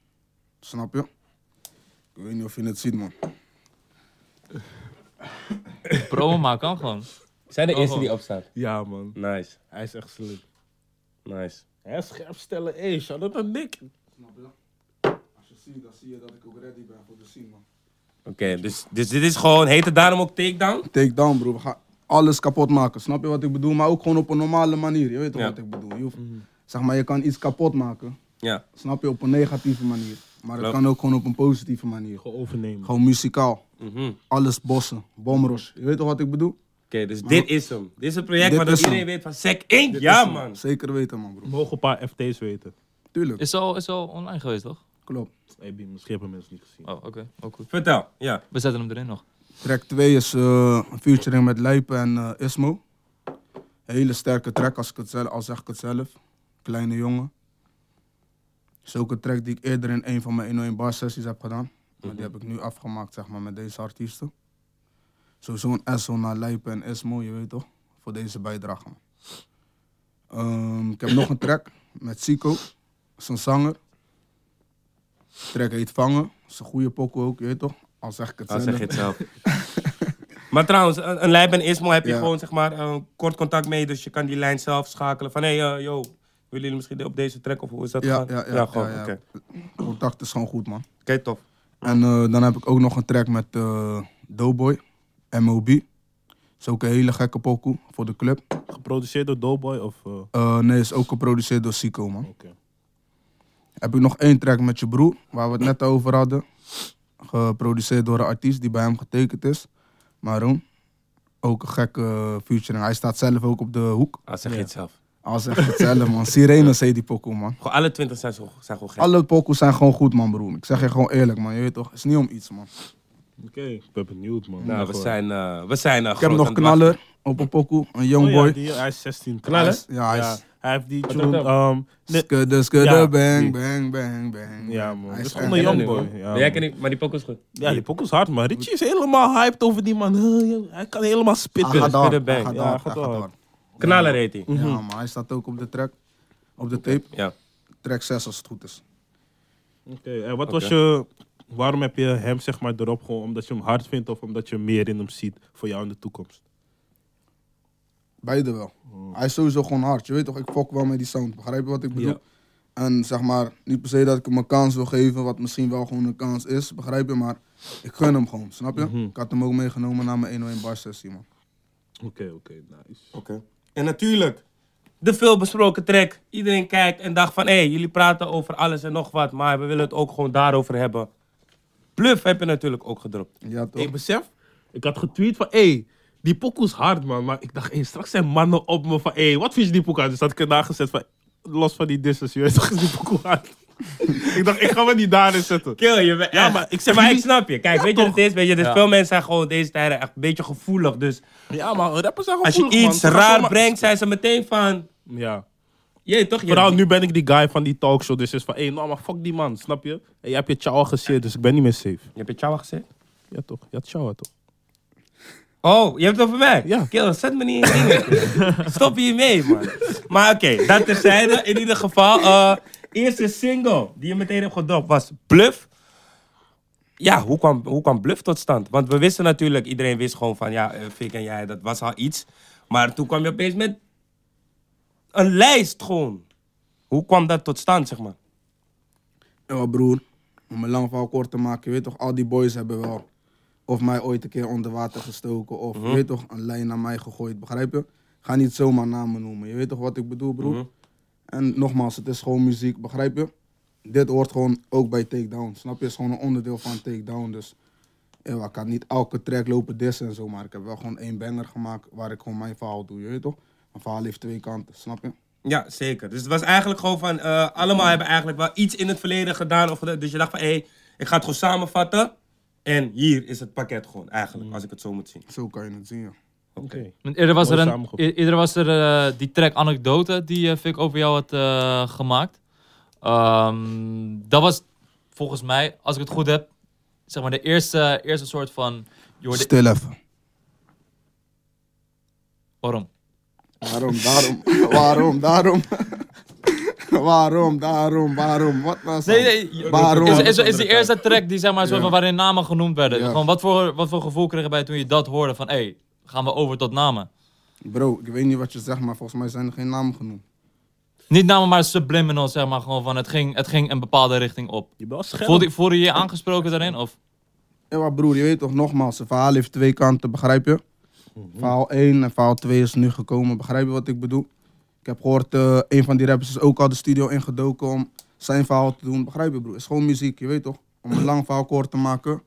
Snap je? Ik weet niet of je het ziet, man. Bro, maar kan gewoon. Zijn de Oh, eerste oh. die opstaat. Ja, man. Nice, Hij is echt slim. nice. Hij is scherp stellen, hé. Shout out naar Nick. Snap je? Als je ziet, dan zie je dat ik ook ready ben voor de scene, man. Oké, dus, dus dit is gewoon, heet het daarom ook takedown? Takedown, bro. We gaan alles kapot maken. Snap je wat ik bedoel? Maar ook gewoon op een normale manier. Je weet toch Ja. Mhm. wat ik bedoel? Je, hoeft, zeg maar, je kan iets kapot maken. Ja. Snap je? Op een negatieve manier. Maar het Klopt. kan ook gewoon op een positieve manier. Gewoon overnemen. Gewoon muzikaal. Mhm. Oké, Alles bossen. Bomros. Je weet toch wat ik bedoel? dus dit is hem. Dit is een project Dit waar dat is hem. iedereen weet van Sec 1. ja, man. Zeker weten, man, bro. Mogen een paar FT's weten. Tuurlijk. Is al, is al online geweest toch? Klopt. Hey, Beam, misschien hebben mensen niet gezien. Oh, oké. Ook goed. Vertel, ja. We zetten hem erin nog. Track 2 is eh, een featuring met Lijpen en eh, Ismo. Hele sterke track, als ik het zelf, al zeg ik het zelf. Kleine jongen. Is ook een track die ik eerder in een van mijn 101 bar sessies heb gedaan. Maar die heb ik nu afgemaakt, zeg maar, met deze artiesten. Sowieso een SO naar Lijpen en Ismo, je weet toch? Voor deze bijdrage. man. Ehm, ik heb nog een track met Sico. is een zanger. De track heet Vangen. is een goede pokoe ook, je weet toch? Al Ah, zeg ik het Dan zelf. zeg je het zelf. maar trouwens, een, een lijp en Ismo heb je Ja. gewoon zeg maar eh, kort contact mee. Dus je kan die lijn zelf schakelen. Van hé, hey, eh, yo, willen jullie misschien op deze track of hoe is dat Ja, gegaan? ja, ja, gewoon, ja, ja. oké. Contact is gewoon goed, man. Oké, tof. En eh, dan heb ik ook nog een track met eh Doughboy, M.O.B. Is ook een hele gekke pokoe voor de club. Geproduceerd door Doughboy of... eh, Eh, nee, is ook geproduceerd door Sico, man. Oké. Heb ik nog één track met je broer, waar we het net over hadden. Geproduceerd door een artiest die bij hem getekend is. Maroon. Ook een gekke eh, featuring. Hij staat zelf ook op de hoek. Ah, zeg je het zelf. Al zegt het zelf, man. Sirenes heet die pokoe, man. Gewoon alle 20 zijn, zo- zijn gewoon gek. Alle pokoes zijn gewoon goed, man, broer. Ik zeg je gewoon eerlijk, man. Je weet toch, het is niet om iets, man. Oké, ik ben benieuwd, man. nou, we Gewoon. zijn, eh, we zijn eh, Ik groot heb nog aan het wachten. knaller op een pokoe, een Oh, young ja, boy. die- hij is 16. Hij is- Ja, hij Ja, is. hij heeft die doet tune... ehm, nee, Skudde, skudde, Ja, bang, die. bang, bang, bang. Ja, man. Hij Dat is echt- is gewoon een Ken young hem, boy. hoor. Ja, Maar Jij man. kent die, maar die pok is goed. Ja, die pokoe is hard, man. Richie is helemaal hyped over die man. Heel- Hij kan helemaal Hij spitten. gaat door, skudde, hij bang. gaat Ja, door, hij hij gaat gaat door. Mhm. door. Knaller heet hij. Mm. Ja, maar hij staat ook op de track, op de tape. Ja. Track 6 als het goed is. Oké, en wat was Oké. je... Waarom heb je hem zeg maar erop gewoon omdat je hem hard vindt of omdat je meer in hem ziet voor jou in de toekomst? Beide wel. Mhm. Hij is sowieso gewoon hard. Je weet toch, ik fok wel met die sound. Begrijp je wat ik bedoel? Ja. En zeg maar, niet per se dat ik hem een kans wil geven, wat misschien wel gewoon een kans is. Begrijp je? Maar ik gun hem gewoon, snap Mhm. je? Ik had hem ook meegenomen naar mijn 101 bar sessie, man. Oké, oké, nice. En natuurlijk, de veelbesproken track. Iedereen kijkt en dacht van, hé, jullie praten over alles en nog wat. Maar we willen het ook gewoon daarover hebben. Bluff heb je natuurlijk ook gedropt. Ja, Ik toch? besef, ik had getweet van, hé, hey, die pokoe is hard, man. Maar ik dacht, hé, straks zijn mannen op me van, hé, hey, wat vind je die pokoe hard? Dus had ik ernaar gezet van, los van die disses, je weet toch, is die pokoe hard? ik dacht, ik ga me niet daarin zetten. Kill je. bent Ja, echt- maar ik zeg maar jullie- ik snap je. Kijk, Ja, weet je wat toch? het is? Weet je, dus Ja. Veel mensen zijn gewoon deze tijden echt een beetje gevoelig. Dus Ja, man, rappers zijn als je gevoelig, man. iets Ze gaan raar zomaar- brengt, zijn ze meteen van... Ja. Jee, toch? Je Vooral nu ben ik die guy van die talkshow, dus is van, hé, hey, nou, maar fuck die man, snap je? Hey, je hebt je chow geseerd, dus ik ben niet meer safe. Je hebt het jou gezegd? Ja, toch? Je had chow, toch? Oh, je hebt het over mij? Ja. Kill, zet me niet in je dingen. Stop hiermee, man. Maar oké, dat terzijde. In ieder geval, eh, eerste single die je meteen hebt gedropt was Bluff. Ja, hoe kwam, hoe kwam Bluff tot stand? Want we wisten natuurlijk, iedereen wist gewoon van, ja, eh, Fik en jij, dat was al iets. Maar toen kwam je opeens met een lijst gewoon. Hoe kwam dat tot stand, zeg maar? Ja, Eh, broer, om een lang verhaal kort te maken, je weet toch, al die boys hebben wel of mij ooit een keer onder water gestoken of je weet toch, een lijn naar mij gegooid, begrijp je? Ga niet zomaar namen noemen, je weet toch wat ik bedoel, broer? En nogmaals, het is gewoon muziek, begrijp je? Dit hoort gewoon ook bij Takedown, snap je? Het is gewoon een onderdeel van Takedown, dus ja, ik kan niet elke track lopen dissen en zo, maar ik heb wel gewoon één banger gemaakt waar ik gewoon mijn verhaal doe, je weet toch? Mijn verhaal heeft twee kanten, snap je? Ja, zeker. Dus het was eigenlijk gewoon van, eh, allemaal hebben eigenlijk wel iets in het verleden gedaan. Of, gedaan. dus je dacht van, hé, hey, ik Ik ga het gewoon samenvatten. En hier is het pakket gewoon, eigenlijk, als ik het zo moet zien. Zo kan je het zien, ja. Oké. Want eerder was er, Mooi een, samengevat. eer- eerder was er eh, die track Anekdote die eh Vic over jou had eh, gemaakt. Ehm, dat was volgens mij, als ik het goed heb, zeg maar de eerste, eerste soort van... Je hoorde, Stil even. waarom? Waarom, daarom, waarom, daarom. waarom, daarom, waarom. Wat was Nee, dat? nee. je- Waarom? Is, is, is die eerste track die, zeg maar, soort van waarin namen genoemd werden. Ja. Gewoon, wat, voor, wat voor gevoel kreeg je bij toen je dat hoorde van... Hé, hey, gaan we over tot namen? Bro, ik weet niet wat je zegt, maar volgens mij zijn er geen namen genoemd. Niet namen, maar subliminal, zeg maar. Gewoon van, het ging, het ging een bepaalde richting op. Je bent wel scherp. Voelde, voelde je je aangesproken daarin? Of? Ja, maar broer, je weet toch nogmaals, een verhaal heeft twee kanten, begrijp je? Verhaal 1 en verhaal 2 is nu gekomen, begrijp je wat ik bedoel? Ik heb gehoord, eh, een van die rappers is ook al de studio ingedoken om zijn verhaal te doen, begrijp je broer? Het is gewoon muziek, je weet toch? Om een lang verhaal kort te maken.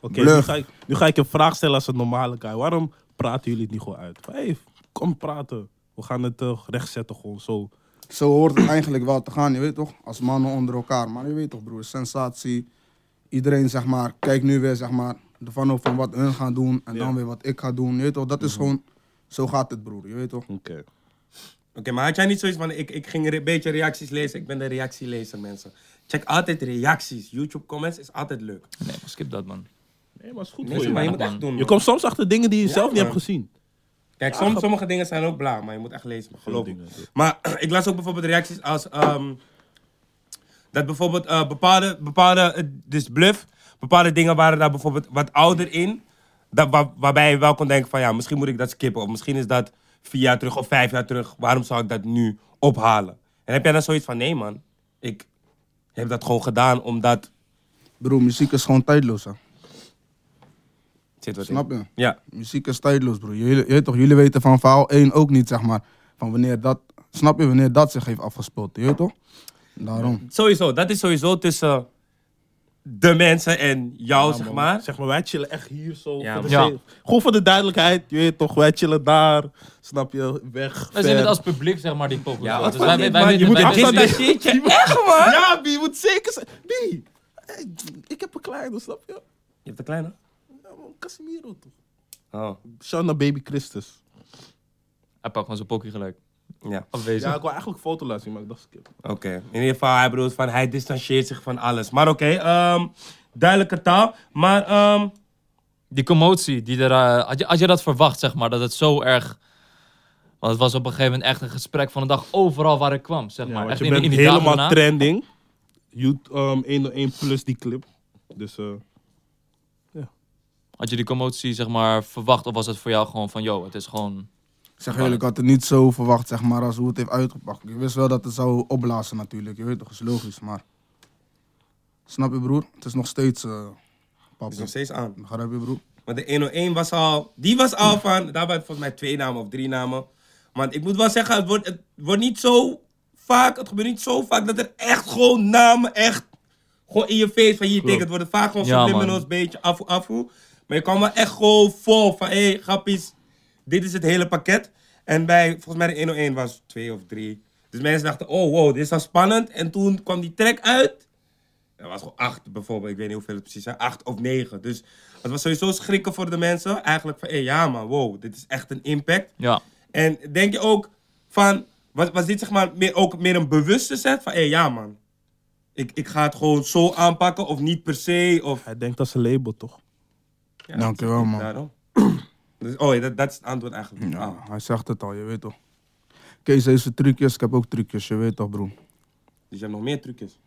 Oké, Blur. nu, ga ik- nu ga ik een vraag stellen als een normale guy. Waarom praten jullie het niet gewoon uit? Van, hey, kom praten. We gaan het eh, rechtzetten gewoon zo. Zo hoort het eigenlijk wel te gaan, je weet toch? Als mannen onder elkaar, maar je weet toch broer, sensatie. Iedereen zeg maar, kijkt nu weer zeg maar, ervan op van wat hun gaan doen en Ja. dan weer wat ik ga doen, je weet toch? Dat is gewoon, zo gaat het broer, je weet toch? Oké. Oké, maar had jij niet zoiets van, ik, ik ging een beetje reacties lezen. Ik ben de reactielezer, mensen. Check altijd reacties. YouTube comments is altijd leuk. Nee, skip dat, man. Nee, maar is goed Nee, voor maar je je. moet echt doen. Je man. komt soms achter dingen die je zelf niet man. hebt gezien. Kijk, soms, sommige dingen zijn ook blauw, maar je moet echt lezen, man. geloof me. dingen, ja. Maar ik las ook bijvoorbeeld reacties als... ehm, dat bijvoorbeeld eh, bepaalde, bepaalde eh, dus bluff, bepaalde dingen waren daar bijvoorbeeld wat ouder in. Dat, waar- waarbij je wel kon denken van ja, misschien moet ik dat skippen. Of misschien is dat vier jaar terug of vijf jaar terug. Waarom zou ik dat nu ophalen? En heb jij dan zoiets van nee man, ik heb dat gewoon gedaan omdat... Broer, muziek is gewoon tijdloos, hè? Zit wat in. Snap je? Ja. Muziek is tijdloos, broer. Jullie, je weet toch, jullie weten van verhaal 1 ook niet, zeg maar. Van wanneer dat, snap je, wanneer dat zich heeft afgespeeld, je weet toch? Daarom. Sowieso, dat is sowieso tussen de mensen en jou, zeg man. maar. Zeg maar, wij chillen echt hier zo. Ja, voor de man. zee- Gewoon voor de duidelijkheid. Je weet toch, wij chillen daar. Snap je? Weg. We ver. zien het als publiek, zeg maar, die pokoe. Ja, Ja, wat dus van wij, dit, wij, wij man? Je weten- moet wij afstand weten- nemen. Shit, je- echt, man? Ja, wie moet zeker zijn? Wie? Hey, Ik heb een kleine, snap je? Je hebt de kleine? Ja, man, Casimiro toch? Oh, Shout naar baby Christus. Hij pakt gewoon zijn pokoe gelijk. ja. Afwezig. Ja, ik wil eigenlijk een foto laten zien, maar ik dacht skip. Oké. In ieder geval, hij bedoelt van hij distancieert zich van alles. Maar oké, ehm, duidelijke taal. Maar ehm, Die commotie, die er, eh, had, je, had je dat verwacht, zeg maar, dat het zo erg... Want het was op een gegeven moment echt een gesprek van de dag overal waar ik kwam, zeg maar. want Echt je in, bent in die helemaal dagen daarna. trending. YouTube um, 101 plus die clip. Dus eh, Had je die commotie, zeg maar, verwacht? Of was het voor jou gewoon van, yo, het is gewoon... Ik zeg eerlijk, ik had het niet zo verwacht, zeg maar, als hoe het heeft uitgepakt. Ik wist wel dat het zou opblazen, natuurlijk. Je weet toch, is logisch, maar... Snap je, broer? Het is nog steeds... eh is papa. nog steeds aan. Begrijp je, broer? Want de 101 was al, die was al van, daar waren volgens mij twee namen of drie namen. Want ik moet wel zeggen, het wordt, het wordt niet zo vaak, het gebeurt niet zo vaak dat er echt gewoon namen echt gewoon in je face van je ticket. Het worden vaak gewoon Ja, man. subliminals, een beetje afvoer, afvoer. Maar je kwam wel echt gewoon vol van, hé, hey, grappies, dit is het hele pakket. En bij, volgens mij de 101 was twee of drie. Dus mensen dachten, oh wow, dit is al spannend. En toen kwam die track uit. Er was gewoon acht bijvoorbeeld, ik weet niet hoeveel het precies zijn, acht of negen. Dus het was sowieso schrikken voor de mensen. Eigenlijk van, hé, ja man, wow, dit is echt een impact. Ja. En denk je ook van, was, was dit zeg maar meer, ook meer een bewuste set van, hé, ja man, ik, ik ga het gewoon zo aanpakken of niet per se of... hij denkt als een label toch? Ja, Dankjewel, man. Daarom. Dus, oh ja, dat, dat is het antwoord eigenlijk. Ja, Ah, hij zegt het al, je weet toch. Kees heeft zijn trucjes, ik heb ook trucjes, je weet toch, broer. dus je hebt nog meer trucjes.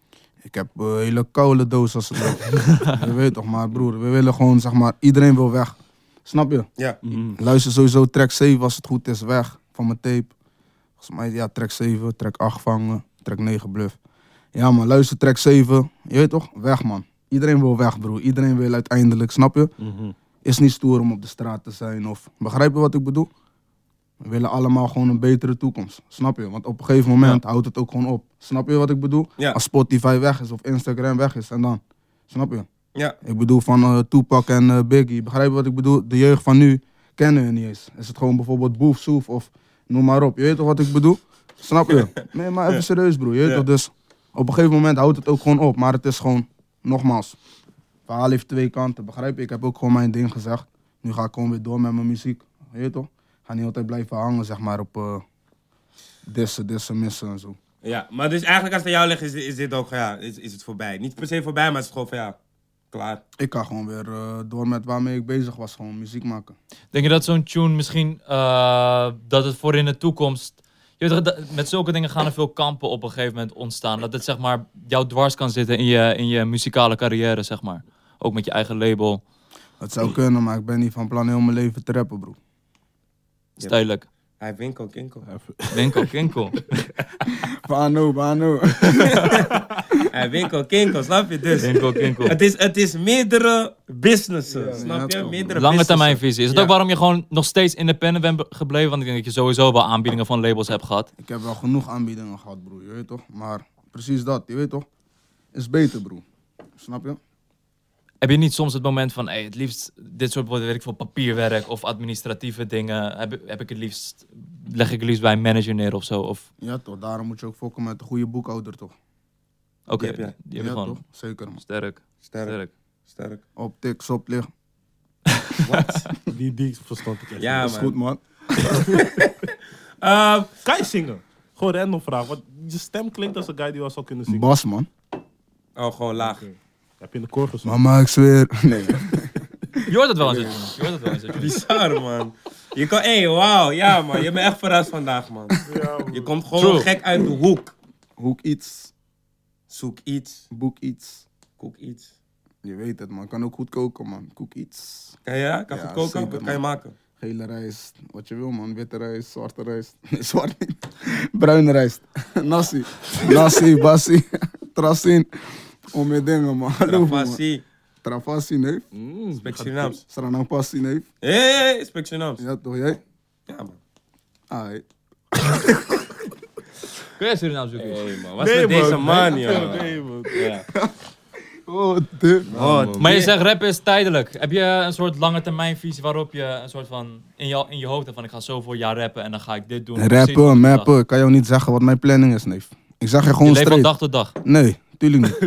Ik heb eh, een hele koude doos als het ware. Je weet toch, maar broer, we willen gewoon, zeg maar, iedereen wil weg. Snap je? Ja. Mhm, Luister sowieso track 7 als het goed is, weg van mijn tape. Volgens mij, ja, track 7, track 8 vangen, track 9 bluff. Ja man, luister track 7, je weet toch, weg man. Iedereen wil weg broer, iedereen wil uiteindelijk, snap je? mhm. Is niet stoer om op de straat te zijn of, begrijp je wat ik bedoel? We willen allemaal gewoon een betere toekomst, snap je? Want op een gegeven moment houdt het ook gewoon op. Snap je wat ik bedoel? Ja. Als Spotify weg is of Instagram weg is en dan, snap je? Ja. Ik bedoel van eh Tupac en eh, Biggie. Begrijp je wat ik bedoel? De jeugd van nu kennen hun niet eens. Is het gewoon bijvoorbeeld Boef Soef of noem maar op. Je weet toch wat ik bedoel? Snap je? Nee, maar even serieus broer. Je weet Ja. toch? Dus op een gegeven moment houdt het ook gewoon op. Maar het is gewoon, nogmaals, verhaal heeft twee kanten, begrijp je? Ik heb ook gewoon mijn ding gezegd. Nu ga ik gewoon weer door met mijn muziek, weet je toch? Ga niet altijd blijven hangen, zeg maar, op eh dissen, dissen, missen en zo. Ja, maar dus eigenlijk als het aan jou ligt, is, is dit ook, ja, is, is het voorbij. Niet per se voorbij, maar het is gewoon van, ja, klaar. Ik ga gewoon weer eh, door met waarmee ik bezig was, gewoon muziek maken. Denk je dat zo'n tune misschien, eh, dat het voor in de toekomst... Je weet, toch, dat- met zulke dingen gaan er veel kampen op een gegeven moment ontstaan. Dat het zeg maar jou dwars kan zitten in je, in je muzikale carrière, zeg maar. Ook met je eigen label, Het zou kunnen, maar ik ben niet van plan heel mijn leven te rappen, bro. stijlelijk. Hij heeft winkel, kinkel. Winkel, kinkel. Bano, bano. Hij heeft winkel, kinkel, snap je? Dus Winkel, kinkel. het is, het is meerdere businessen, Ja, ja, snap je? toch. Meerdere Lange businessen. termijn visie. Is het Ja. ook waarom je gewoon nog steeds independent bent be- gebleven? Want ik denk dat je sowieso wel aanbiedingen van labels hebt gehad. Ik heb wel genoeg aanbiedingen gehad, broer, je weet toch? Maar precies dat, je weet toch? Is beter, broer. Snap je? Heb je niet soms het moment van, hey, het liefst dit soort weet ik veel, papierwerk of administratieve dingen, heb, heb ik het liefst, leg ik het liefst bij een manager neer of zo? Of, Ja, toch? Daarom moet je ook fokken met een goede boekhouder, toch? oké, Die heb je. die heb je ja, gewoon. toch? Zeker, man. Sterk, Sterk, sterk. sterk. Op tik, sop, lig. Die, die verstand ik echt. Ja, dat is man. goed, man. Ehm, Kan je zingen? Gewoon random vraag, want je stem klinkt als een guy die wel zou kunnen zingen. Bas, man. oh, gewoon laag. Heb je in de koor gezongen? Mama, ik zweer. Nee. Je hoort het wel eens. Je hoort het wel eens. Bizar, man. Je kan, hé, wauw, ja, man. Je bent echt verrast vandaag, man. Je komt gewoon True. gek uit de hoek. Hoek iets, Zoek iets, boek iets. kook iets. Je weet het, man. Kan ook goed koken, man. Koek iets. Kan je, ja? Kan Ja, goed koken? zeker, Wat kan je man. maken? Gele rijst, wat je wil, man. Witte rijst, zwarte rijst. Nee, zwart niet. Bruine rijst. Nasi. Nasi, basi. Trasin. Om je dingen, man. Hallo, man. Travassie. Travassi, neef. Mm, Spreek Surinaams. Sranangpassi, neef. Hé, hey, hey, spreek Surinaams. Ja, toch jij? Ja, man. Ai. Kun jij Surinaam zoeken? Hey, man. Wat is met deze man, joh? Nee, man. Ja. Oh, de. Oh, Maar je zegt rap is tijdelijk. Heb je een soort lange termijn visie waarop je een soort van in je, in je hoofd hebt van ik ga zoveel jaar rappen en dan ga ik dit doen. Precies wat Rappen, ik dacht. mappen. Ik kan jou niet zeggen wat mijn planning is, neef. Ik zeg je Je gewoon leeft van straight. dag tot dag. Nee, tuurlijk niet.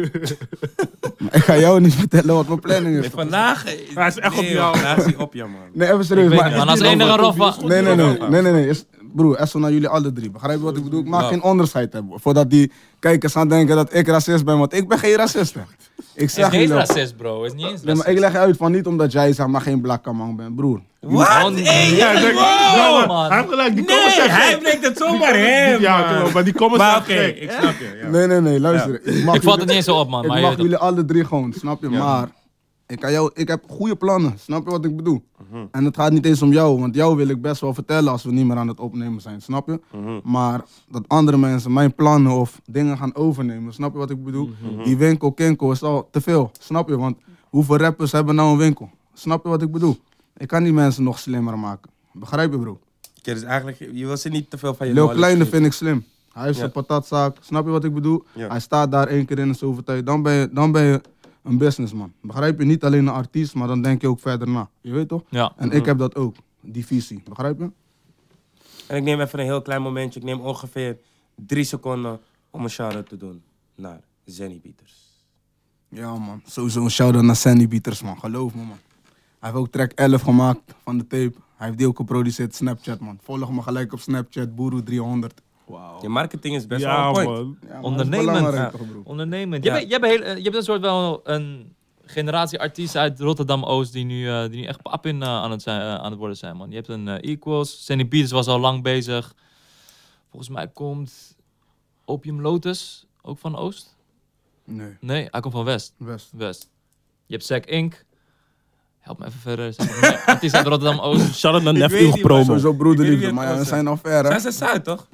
Maar ik ga jou niet vertellen wat mijn planning is. Vandaag... Hij is echt op Nee, jou. joh, Vandaag is hij op jou, man. Nee, even Ik serieus. weet Maar niet, man. Als enige Rob was. Nee, nee, nee. nee, nee, nee. Is, broer, Esso naar jullie alle drie. Begrijp je wat ik bedoel? Ik maak geen onderscheid hebben. Voordat die kijkers gaan denken dat ik racist ben, want ik ben geen racist. hè. Ik Is zeg niet eens jullie dat. racist, bro. Is niet eens Nee, racist. maar ik leg je uit van niet omdat jij zeg maar geen blakke man bent, broer. Wat? Man. Hey, Ja, ik ja, denk- wow! Ja, maar man. Hij heeft gelijk, die Nee, comments zijn hij gek. brengt het zomaar hem, Ja, klopt, man. maar die comments Maar zijn oké, gek. ik snap je, ja. Nee, nee, nee, luister. Ik, mag Ik vat jullie- het niet eens zo op, man. Ik Maar je mag weet toch. jullie alle drie gewoon, snap je? Maar ik, kan jou, ik heb goede plannen, snap je wat ik bedoel? En het gaat niet eens om jou, want jou wil ik best wel vertellen als we niet meer aan het opnemen zijn, snap je? Maar dat andere mensen mijn plannen of dingen gaan overnemen, snap je wat ik bedoel? Die winkel, kinkel is al te veel, snap je? Want hoeveel rappers hebben nou een winkel? Snap je wat ik bedoel? Ik kan die mensen nog slimmer maken. Begrijp je, bro? Oké, dus eigenlijk, je wil ze niet te veel van je Leo knowledge Kleine geven. vind ik slim. Hij heeft zijn patatzaak, snap je wat ik bedoel? Ja. Hij staat daar één keer in de zoveel tijd. Dan ben, je, dan ben je een businessman. Begrijp je? Niet alleen een artiest, maar dan denk je ook verder na. Je weet toch? Ja. En ik heb dat ook, die visie. Begrijp je? En ik neem even een heel klein momentje. Ik neem ongeveer drie seconden om een shout-out te doen naar Zenny Pieters. Ja, man. Sowieso een shout-out naar Sandy Bieters, man. Geloof me, man. Hij heeft ook track 11 gemaakt van de tape. Hij heeft die ook geproduceerd Snapchat, man. Volg me gelijk op Snapchat, Boeroe300. Je marketing is best wel Oh. Ja, on point. man. Ja, man, dat is Ondernemend. belangrijk, toch, broer? Ondernemend. Ja. Je, hebt, je, hebt een hele- eh, je hebt een soort wel een generatie artiesten uit Rotterdam-Oost die, nu eh, die nu echt pap in eh, aan, het zijn, eh, aan het worden zijn, man. Je hebt een eh, Equals, Sandy Beats was al lang bezig. Volgens mij komt Opium Lotus ook van Oost. Nee, Nee, hij komt van West. best. West. Je hebt Zack Inc. Help me even verder. zeg maar. Nee, Artiest uit Rotterdam-Oost. Shout-out naar weet niet, Nephew maar Promo. Sowieso Ik weet broederliefde, niet maar wie ja, het was, we hè. zijn al ver, hè? Zij zijn Zuid, toch?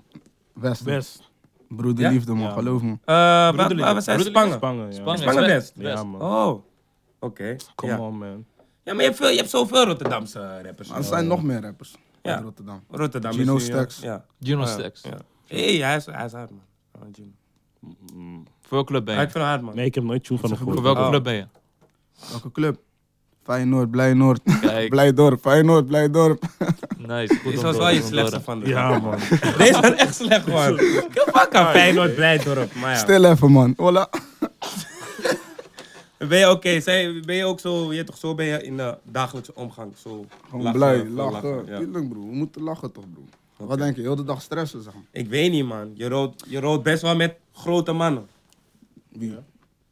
West, hè. Best. broederliefde, man. Ja, man. Geloof me. Eh, waar- waar we zijn Spangen. Spangen, ja. Spangen. Spangen West. West. Ja, man. Oh, oké. Come Ja. on, man. ja, maar je hebt, veel, je hebt zoveel Rotterdamse rappers. Maar er zijn nog meer rappers Ja. uit Rotterdam. Rotterdam is Gino nu, ja. Stax. Ja. Juno Ah, ja. Stacks. Ja. Hé, hij is hij is hard, man. Oh, Gino. Voor welke club ben Hij je? is veel hard, man. Nee, ik heb nooit tune van hem Voor gehoord. welke Oh. club ben je? Welke club? Feyenoord, Blijnoord. Kijk. Blijdorp, Feyenoord, Blijdorp. Nice. Goed Dit om was te wel je horen, goed om te slechtste horen. van de Ja, man. Deze was echt slecht, man. Fuck aan Feyenoord, Blijdorp. Maar ja. Stil even, man. Voilà. Ben je oké? Zij- Ben je ook zo, je toch, zo ben je in de dagelijkse omgang? Zo Gewoon lachen, blij, gewoon lachen. ja. Tuurlijk, broer. We moeten lachen toch, broer. Wat denk je? Heel de dag stressen, zeg maar. Ik weet niet, man. Je rood, je rood best wel met grote mannen. Wie?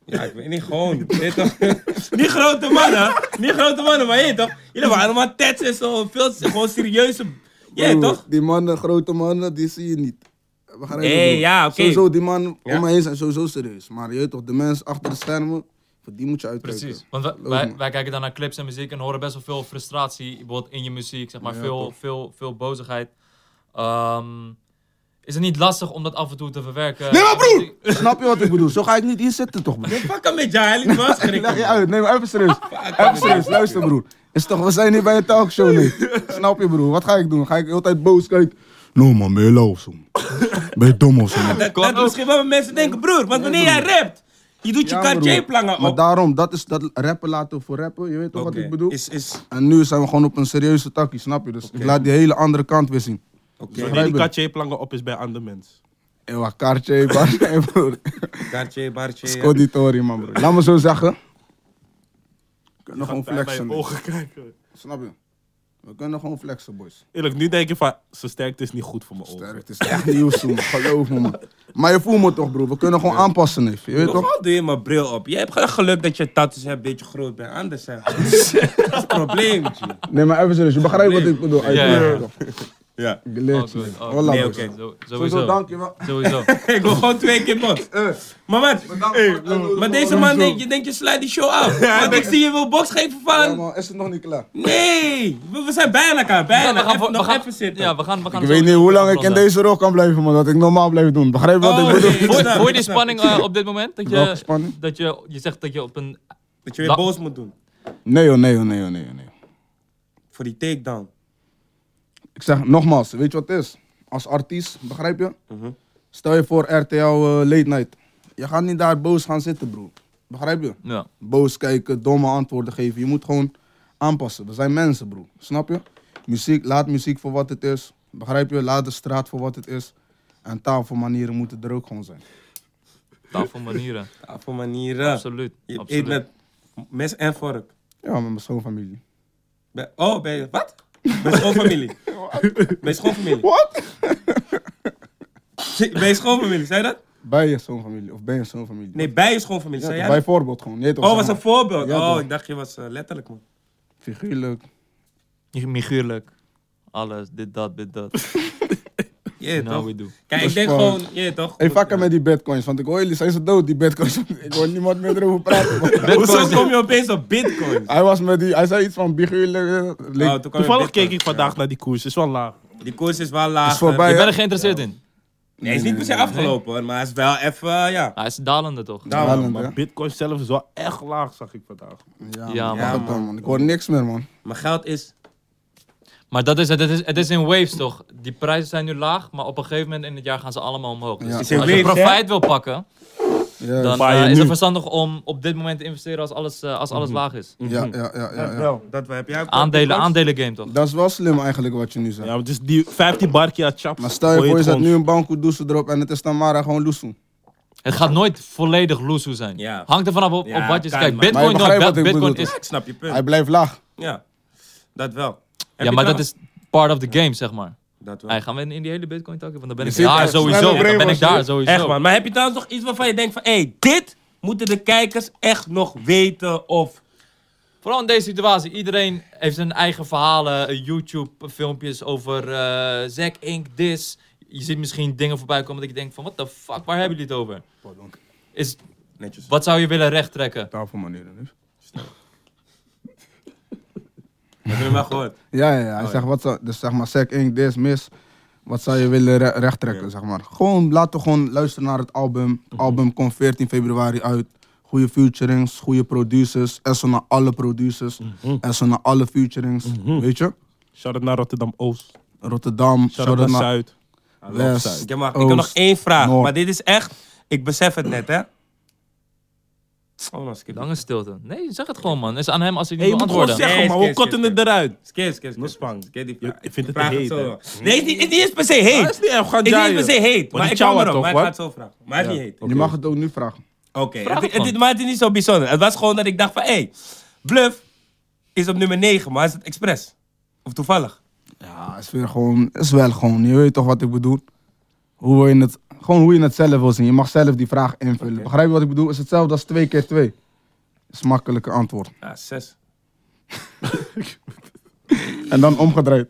Ja, ik weet niet, gewoon. je weet toch? niet grote mannen, niet grote mannen, maar je weet toch? Jullie waren allemaal tets en zo, veel gewoon serieuze. Je weet Broer, toch? Die mannen, grote mannen, die zie je niet. Begrijp je, Nee, broer? ja, oké. Sowieso, die mannen Ja. om me heen zijn sowieso serieus. Maar je weet toch, de mensen achter de schermen, voor die moet je uitkijken. Precies. Want wij, wij, wij kijken dan naar clips en muziek en horen best wel veel frustratie bijvoorbeeld in je muziek. Zeg maar, Ja, veel, toch. veel, veel bozigheid. Ehm, is het niet lastig om dat af en toe te verwerken? Nee, maar broer! Snap je wat ik bedoel? Zo ga ik niet hier zitten, toch, broer? Fuck hem met jou, hij liet me wel schrikken, Leg je man. uit, nee, maar even serieus. Even serieus, luister, broer. Is toch, we zijn hier bij een talkshow, nee. Snap je, broer? Wat ga ik doen? Ga ik de hele tijd boos kijken? No, man, ben je lauw of zo? Ben je dom of zo? man? Dat, dat is misschien wat mensen denken, broer. Want wanneer jij rapt, je doet je Ja, broer. KJ-plangen Maar op. daarom, dat is dat rappen laten voor rappen, je weet toch Oké, wat ik bedoel? Is, is, En nu zijn we gewoon op een serieuze takkie, snap je? Dus ik laat die hele andere kant weer zien. oké. Wanneer Begrijp die je? katje-plangen op is bij andere mensen. Ewa, wat kaartje, bartje, broer. Kaartje, baartje. Scoditori, man, broer. Laat me zo zeggen. We kunnen gewoon Bij bij je flexen. nee. ogen kijken. Snap je? We kunnen gewoon flexen, boys. Eerlijk, nu denk je van, zijn sterkte is niet goed voor mijn Sterk, ogen. het is echt nieuw, zoen. Geloof me, man. Maar je voelt me toch, broer. We kunnen gewoon aanpassen, neef. Je weet toch? Normaal doe je mijn bril op. Je hebt echt geluk dat je tattoos een beetje groot bent. Anders zijn dat is een probleem. tje. Nee, maar even serieus. Je begrijpt wat ik bedoel. Ja, ja, ja. Ja. Oh, Geleerd, goed. je. Oh, Voilà, nee, boys. oké. Zo- Sowieso, Sowieso. dank je wel. Sowieso. Ik wil gewoon twee keer boksen. Eh, Maar wat? bedankt Hey, voor het uitnodigen, maar deze man, denkt, je denkt je sluit die show af. Want ik zie je wil box geven Ja, van... man, Oh, is het nog niet klaar? Nee, we, we zijn bijna elkaar, bijna. We gaan Even- voor- we nog gaan- even zitten. Ja, we gaan, we gaan Ik zo weet niet hoe lang ik in afronden. deze rol kan blijven, man. Dat ik normaal blijf doen. Begrijp je wat Oh, ik bedoel? nee. Voel je- Snap Voel je ik, die snap ik. spanning eh, op dit moment? Dat je, Welke spanning? Dat je, je zegt dat je op een... Dat je weer Dat- boos moet doen. Nee, joh, nee, joh, nee, joh, nee, joh, nee. Voor die takedown. Ik zeg nogmaals, weet je wat het is? Als artiest, begrijp je? Stel je voor RTL eh, Late Night. Je gaat niet daar boos gaan zitten, broer. Begrijp je? Ja. Boos kijken, domme antwoorden geven. Je moet gewoon aanpassen. We zijn mensen, broer. Snap je? Muziek, laat muziek voor wat het is. Begrijp je? Laat de straat voor wat het is. En tafelmanieren moeten er ook gewoon zijn. Tafelmanieren. Ja, voor manieren. Absoluut. Ah, Je eet absoluut. met mes en vork. Ja, met mijn schoonfamilie. Bij- oh, bij je. Wat? Bij schoonfamilie. Bij schoonfamilie. Wat? Bij je schoonfamilie, zei je dat? Bij je schoonfamilie. Of bij je schoonfamilie. Nee, bij je schoonfamilie, Ja, zei jij dat? bijvoorbeeld gewoon. Nee, toch, Oh, zeg was maar. een voorbeeld. Ja, oh, toch. ik dacht je was eh, letterlijk, man. Figuurlijk. Figuurlijk. Alles. Dit, dat, dit, dat. Yeah, Now toch? we do. Kijk, ik Dus denk van- gewoon, yeah, toch? Hey, vakken met die bitcoins, want ik hoor jullie, zijn ze dood, die bitcoins. ik hoor niemand meer erover praten. man. Hoezo kom je opeens op bitcoin? hij was met die, hij zei iets van eh." biguurlijk. Oh, toen kwam je Toevallig bitcoin. keek ik vandaag naar die koers, is wel laag. Die koers is wel laag. is voorbij. Je Ja. bent er geïnteresseerd in. Nee, hij is niet per se afgelopen, hoor, maar hij is wel even, eh, ja. Hij is dalende toch? Nou, man. Maar Bitcoin zelf is wel echt laag, zag ik vandaag. Ja, man. man. man. Ik hoor niks meer, man. Mijn geld is... Maar dat is, het, het is, het is in waves toch? Die prijzen zijn nu laag, maar op een gegeven moment in het jaar gaan ze allemaal omhoog. Dus Ja. Is Is in als je waves, profijt wil pakken, Ja, dan Buy eh, it is het nu. verstandig om op dit moment te investeren als alles, eh, als alles laag is. Mhm. ja, ja, ja, ja, ja. Wel, dat heb jij ook. Aandelen, aandelen game toch? Dat is wel slim eigenlijk wat je nu zegt. Ja, dus die 15 barkie aan chaps. Maar stel je hoor voor, je het zet gewoon. nu een banko doezel erop en het is dan maar gewoon loesoe. Het gaat nooit volledig loesoe zijn. Ja. Hangt er vanaf op, Ja, op wat je kan, kijkt. maar- Maar Bitcoin, je begrijpt nooit. wat ik Bitcoin bedoel, is. Ik snap je punt. Hij blijft laag. Ja, dat wel. Heb je Ja, maar dat trouwens- is part of the game, zeg maar. Dat wel. Hey, gaan we in, in die hele bitcoin takken? Want dan ben ik zit daar echt sowieso. snel op Dan ben ik regels, daar hè? sowieso. Echt man, maar heb je trouwens nog iets waarvan je denkt van, hé, hey, dit moeten de kijkers echt nog weten of... Vooral in deze situatie. Iedereen heeft zijn eigen verhalen. eh, YouTube-filmpjes over eh Zack Inc. This. Je ziet misschien dingen voorbij komen dat je denkt van... What the fuck? Waar hebben jullie het over? Is, Netjes. wat zou je willen rechttrekken? Tafelmanieren, dus. Heb je hem wel gehoord? Ja, ja, ja. Oh, Hij zegt, wat zou, dus zeg maar, sec ink, this, mis. Wat zou je willen re rechttrekken, zeg maar. Gewoon, laten we gewoon luisteren naar het album. Mhm. Het album komt 14 februari uit. Goede featurings, goede producers. En zo naar alle producers. Mhm. En zo naar alle featurings, weet je. Shout-out naar Rotterdam-Oost. Rotterdam, Shout-out naar Rotterdam, Zuid. Ik West, heb, maar, ik heb nog Oost. één vraag, Noord. maar dit is echt... Ik besef het net, hè. Oh, nou, skip. Lange stilte. Nee, zeg het gewoon, man. Het is aan hem als hij niet Hé, je wil moet gewoon antwoorden. Nee, zeggen, maar skip, we kotten skip, het eruit. Skip, skip, skip. No spang. Skip die Je- vraag. ik vind het Vraag heet, zo hè. wel. Nee, het is niet, het is niet per se heet. Dat is niet erg, we gaan Het is niet per jaaien. se heet, maar, die ik kwam chowa erop. toch, maar ik ga hoor? het zo vragen. Maar hij is niet heet. Je mag het ook nu vragen. Oké, Vraag het- het het- gewoon. maar het is niet zo bijzonder. Het was gewoon dat ik dacht van, hé, hey, Bluff is op nummer 9, maar is het expres? Of toevallig? Ja, is weer gewoon, is wel gewoon. Je weet toch wat ik bedoel? Hoe wil je het, gewoon hoe je het zelf wil zien. Je mag zelf die vraag invullen. Begrijp je wat ik bedoel? Is hetzelfde als twee keer twee. Is makkelijke antwoord. Ja, 6. En dan omgedraaid.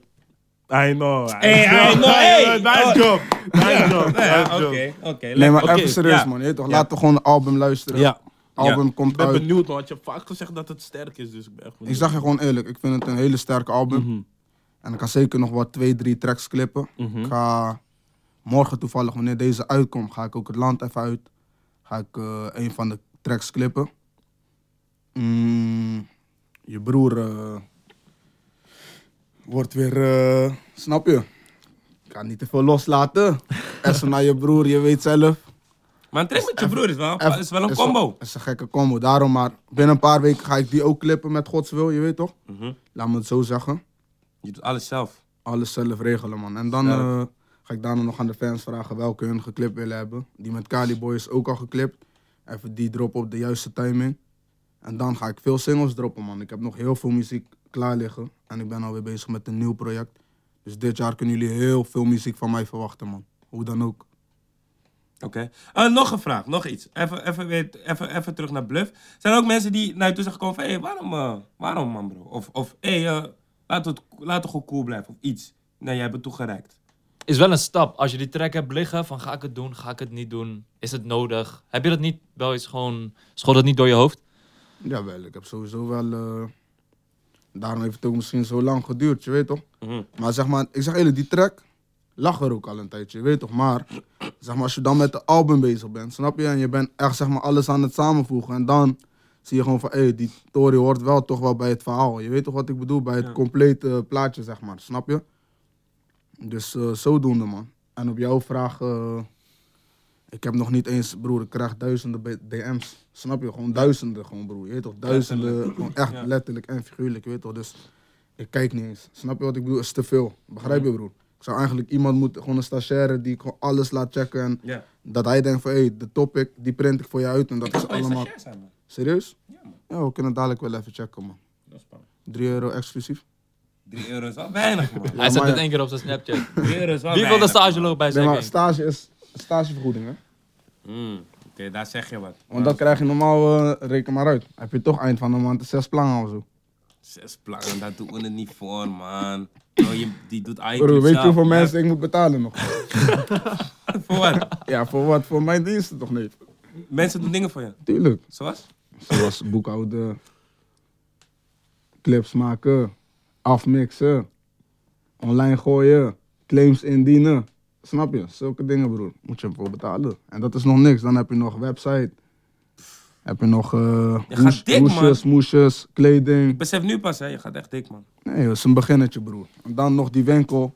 I know. I Hey, I know, hey. Oh, Nice job. Nice job. Nice job. Oké, oké. Nee, leuk. maar Oké, even serieus ja. man. Je weet toch? Laten we gewoon een album luisteren. Ja. Album Ik komt ben uit. benieuwd, want je hebt vaak gezegd dat het sterk is, dus ik ben echt benieuwd. Oh. Ik zeg je gewoon eerlijk. Ik vind het een hele sterke album. En ik ga zeker nog wat twee, drie tracks clippen. Ik ga morgen toevallig, wanneer deze uitkomt, ga ik ook het land even uit. Ga ik eh, een van de tracks clippen. Mm, je broer eh, wordt weer, eh, snap je? Ik ga niet te veel loslaten. Essen naar je broer, je weet zelf. Maar een trek met je broer is wel, Het is wel een combo. Het is een gekke combo, daarom maar. Binnen een paar weken ga ik die ook clippen met Gods wil, je weet toch? Mhm. Laat me het zo zeggen. Je doet alles zelf. Alles zelf regelen, man. En dan eh, ga ik daarna nog aan de fans vragen welke hun geklipt willen hebben. Die met Kali Boy is ook al geklipt. Even die drop op de juiste timing. En dan ga ik veel singles droppen, man. Ik heb nog heel veel muziek klaar liggen. En ik ben alweer bezig met een nieuw project. Dus dit jaar kunnen jullie heel veel muziek van mij verwachten, man. Hoe dan ook. Oké. Eh, nog een vraag, nog iets. Even, even, weer, even, even terug naar Bluff. Zijn er ook mensen die naar je toe zijn gekomen van, hé, hey, waarom, eh, waarom man bro? Of, of hé, hey, eh, laten we het- laten we gewoon cool blijven of iets. Nou, jij bent toegereikt. Is wel een stap. Als je die track hebt liggen van ga ik het doen, ga ik het niet doen. Is het nodig? Heb je dat niet wel eens gewoon... Schoot het niet door je hoofd? Jawel, ik heb sowieso wel. eh, daarom heeft het ook misschien zo lang geduurd, je weet toch? Mhm. Maar zeg maar, ik zeg eerlijk, die track lag er ook al een tijdje, je weet toch? Maar zeg maar, als je dan met de album bezig bent, snap je? En je bent echt zeg maar alles aan het samenvoegen. En dan zie je gewoon van, hé, die Tory hoort wel toch wel bij het verhaal. Je weet toch wat ik bedoel? Bij het complete eh, plaatje, zeg maar, snap je? Dus eh, zodoende, man. En op jouw vraag, eh, ik heb nog niet eens, broer, ik krijg duizenden B- DM's. Snap je? Gewoon duizenden, gewoon, broer. Je weet toch? Duizenden, gewoon echt Ja. letterlijk en figuurlijk, je weet toch? Dus ik kijk niet eens. Snap je wat ik bedoel? Het is te veel. Begrijp je, broer? Ik zou eigenlijk iemand moeten, gewoon een stagiaire die gewoon alles laat checken. En Ja. dat hij denkt van, hé, hey, de topic, die print ik voor je uit. En dat is allemaal... zijn, man. Serieus? Ja, man. Ja, we kunnen dadelijk wel even checken, man. Dat is spannend. 3 euro exclusief. 3 euro is wel weinig, man. Hij zet maar- het één keer op zijn Snapchat. 3 euro is wel Wie wil de weinig, stage man. lopen bij Nee, zijn maar gang? stage is stagevergoeding, hè? Mm, Oké, daar zeg je wat. Want dat krijg je normaal, eh, reken maar uit. Heb je toch eind van de maand zes plannen of zo. Zes plannen, daar doen we het niet voor, man. Oh, je, die doet eigenlijk Broer, weet je zelf. hoeveel mensen ik moet betalen nog? Voor wat? Ja, voor wat? Voor mijn diensten toch niet? Mensen doen dingen voor je. Tuurlijk. Zoals? Zoals boekhouden, clips maken, afmixen, online gooien, claims indienen. Snap je? Zulke dingen, broer. Moet je ervoor betalen. En dat is nog niks. Dan heb je nog website. Heb je nog eh gaat dik, man. hoesjes, moesjes, kleding. Ik besef nu pas, hè. Je gaat echt dik, man. Nee, dat is een beginnetje, broer. En dan nog die winkel.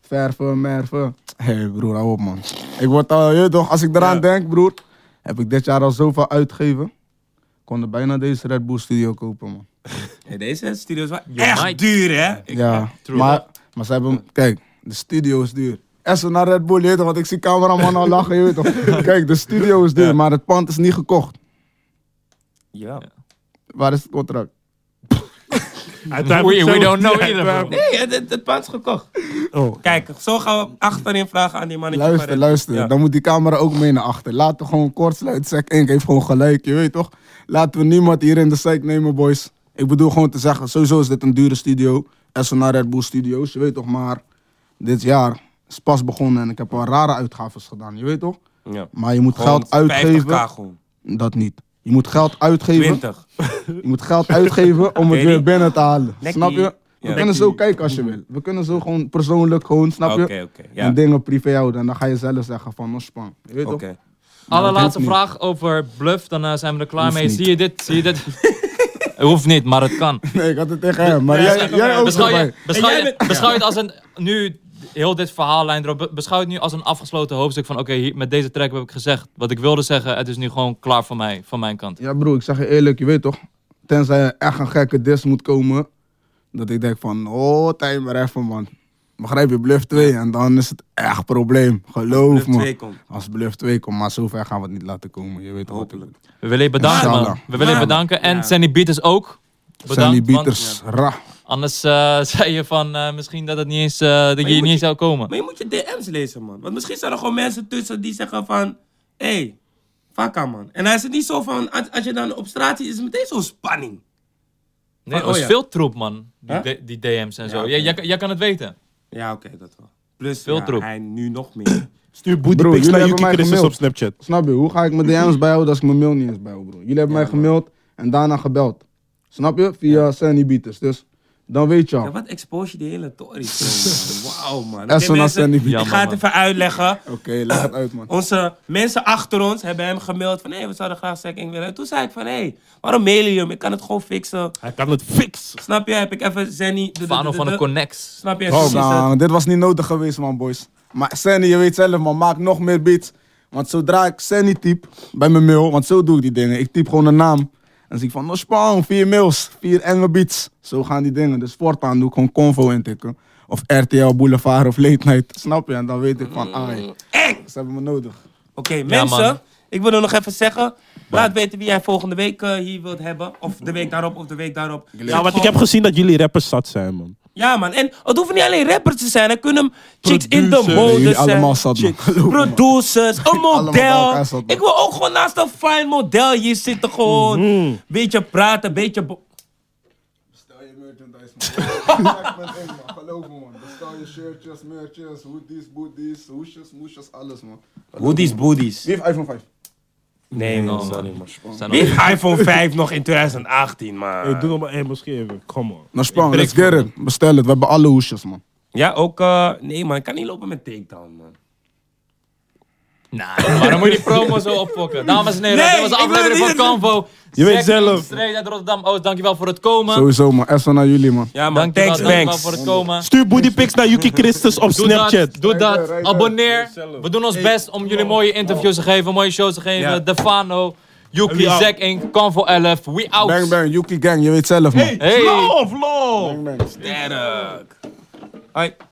Verven, merven. Hé, hey, broer, hou op, man. Ik word al, je weet toch, als ik eraan Ja. denk, broer, heb ik dit jaar al zoveel uitgegeven. Ik kon er bijna deze Red Bull Studio kopen, man. Hey, deze studio is wel Je echt might. duur, hè. Ik- eh, ja, true. maar, maar ze hebben, hem- kijk, de studio is duur. Essen naar Red Bull, je weet toch, want ik zie cameraman al lachen, je weet toch. Kijk, de studio is duur, maar het pand is niet gekocht. Ja. Waar is het contract? Hij twijfelt We- we zelf. don't know Hij either, twijfelt. bro. Nee, het, het, het pand is gekocht. Oh. Kijk, zo gaan we achterin vragen aan die mannetje. van Luister, Red- luister. Ja. Dan moet die camera ook mee naar achter. Laten we gewoon kort sluiten. Zack Inc. heeft gewoon gelijk, je weet toch? Laten we niemand hier in de zeik nemen, boys. Ik bedoel gewoon te zeggen, sowieso is dit een dure studio. SNR Red Bull Studios, je weet toch? Maar dit jaar is pas begonnen en ik heb al rare uitgaves gedaan, je weet toch? Ja. Maar je moet Gewoon geld uitgeven. 50k gewoon. Dat niet. Je moet geld uitgeven. 20. Je moet geld uitgeven om het Weet weer ik. binnen te halen. Lekkie. Snap je? We Ja. kunnen zo kijken als je wil. We kunnen zo gewoon persoonlijk gewoon, snap je? Oké, oké. Ja. En dingen privé houden. En dan ga je zelf zeggen van, no span. Je weet toch? Oké. Allerlaatste niet. vraag over bluff, dan eh, zijn we er klaar mee. niet. Zie je dit? Zie je dit? hoeft niet, maar het kan. Nee, ik had het tegen hem. Maar Nee, jij, zeg maar, jij ook Beschouw erbij. je, beschouw, En jij je, beschouw je het als een. Nu, heel dit verhaallijn erop. be- Beschouw het nu als een afgesloten hoofdstuk van. Oké, hier- met deze track heb ik gezegd wat ik wilde zeggen. Het is nu gewoon klaar van mij, van mijn kant. Ja broer, ik zeg je eerlijk, je weet toch? Tenzij er echt een gekke dis moet komen. Dat ik denk van, oh, tijd maar even man. Begrijp je? Bluff 2. En dan is het echt probleem. Geloof Bluff 2 me. komt. Als Bluff 2 komt. Maar zover gaan we het niet laten komen. Je weet toch wat ik Hopelijk. bedoel. We willen je bedanken, Maar- man. We willen je maar- bedanken. Ja. En Sandy Beaters ook. Bedankt, Zijn die want beaters ra. anders eh, zei je van eh, misschien dat, het niet eens, eh, dat je je hier moet niet je- zou komen. Maar je moet je DM's lezen, man. Want misschien zijn er gewoon mensen tussen die zeggen van... Hé, hey, vakka, man. En hij is het niet zo van... Als, als je dan op straat ziet, is het meteen zo'n spanning. Nee, oh er is ja. veel troep, man. Die, Huh? d- die DM's en zo. oké. Jij, jij, jij kan het weten. Ja, oké, dat wel. Plus, Veel ja, troep. hij nu nog meer. Stuur booty Bro, pics jullie naar hebben Yuki mij Christus op gemaild. Snapchat. Snap je? Hoe ga ik mijn DM's bijhouden als ik mijn mail niet eens bijhoud, bro? Jullie hebben mij gemaild en daarna gebeld. Snap je? Via Sandy Beaters. Dus dan weet je al. Ja, wat expose je die hele tory zo, man. Wauw, man. Oké, Dat is zo'n mensen, afstanding. Ik Jammer, ga het man. even uitleggen. Oké, leg het uit, man. Onze mensen achter ons hebben hem gemaild van... Hé, we zouden graag stacking willen. En toen zei ik van... Hé, waarom mailen jullie hem? Ik kan het gewoon fixen. Hij kan het fix. Snap je? Heb ik even Zenny... Fano van de connect. Connex. Snap je? Oh, Precies dat. nou, dit was niet nodig geweest, man, boys. Maar Sandy, je weet zelf, man, maak nog meer beats. Want zodra ik Sandy typ bij mijn mail, want zo doe ik die dingen. Ik typ gewoon een naam. En dan zie ik van, no spang, vier mails, vier enge beats. Zo gaan die dingen. Dus voortaan doe ik gewoon Convo intikken. Of RTL Boulevard of Late Night. Snap je? En dan weet ik Mm. van, ai, ze hebben me nodig. Oké, mensen. man. Ik wil nog even zeggen. Laat weten wie jij volgende week eh, hier wilt hebben. Of de week daarop, of de week daarop. Ja, Nou, want ik heb gezien dat jullie rappers zat zijn, man. Ja, man. En het hoeven niet alleen rappers te zijn. Er kunnen chicks in de Producers. Nee, mode jullie zijn. allemaal zat, man. Geloof me, man. Producers, een Allemaal bij model. elkaar zat, man. Ik wil ook gewoon naast een fijn model hier zitten. Gewoon beetje praten, beetje... bo- Bestel je merchandise, man. Check met in, man. Geloof me, man. Bestel je shirtjes, merchjes, hoodies, booties, hoesjes, moesjes, alles, man. Hoodies, booties. Wie heeft iPhone 5? Nee, man. man. Sorry, man. Zijn Wie al- heeft iPhone 5 nog in 2018, Hey, doe man? nog maar één, misschien even. Come on. Nou, Spang, let's get it. Bestel het, we hebben alle hoesjes, man. Ja, ook... eh, nee, man. Ik kan niet lopen met takedown, man. Nou, maar dan moet je die promo zo opfokken. Dames en heren, Nee, dit was de ik wil aflevering niet van dat- Convo. Je weet Zack, zelf. Streed uit Rotterdam-Oost, dankjewel voor het komen. Sowieso, man. SO naar jullie, man. Ja, man. dankjewel, Thanks, dankjewel thanks. voor het komen. Stuur booty pics naar Yuki Christus op Doe Snapchat. dat, doe dat. Rijden, Abonneer. We doen ons best om jullie mooie interviews te geven, mooie shows te geven. Ja. Defano, Yuki, We out. Zack Inc., Convo 11. We out. Bang, bang, Yuki Gang, je weet zelf, man. Hey. Love, love. Bang, bang. Sterk. Hoi.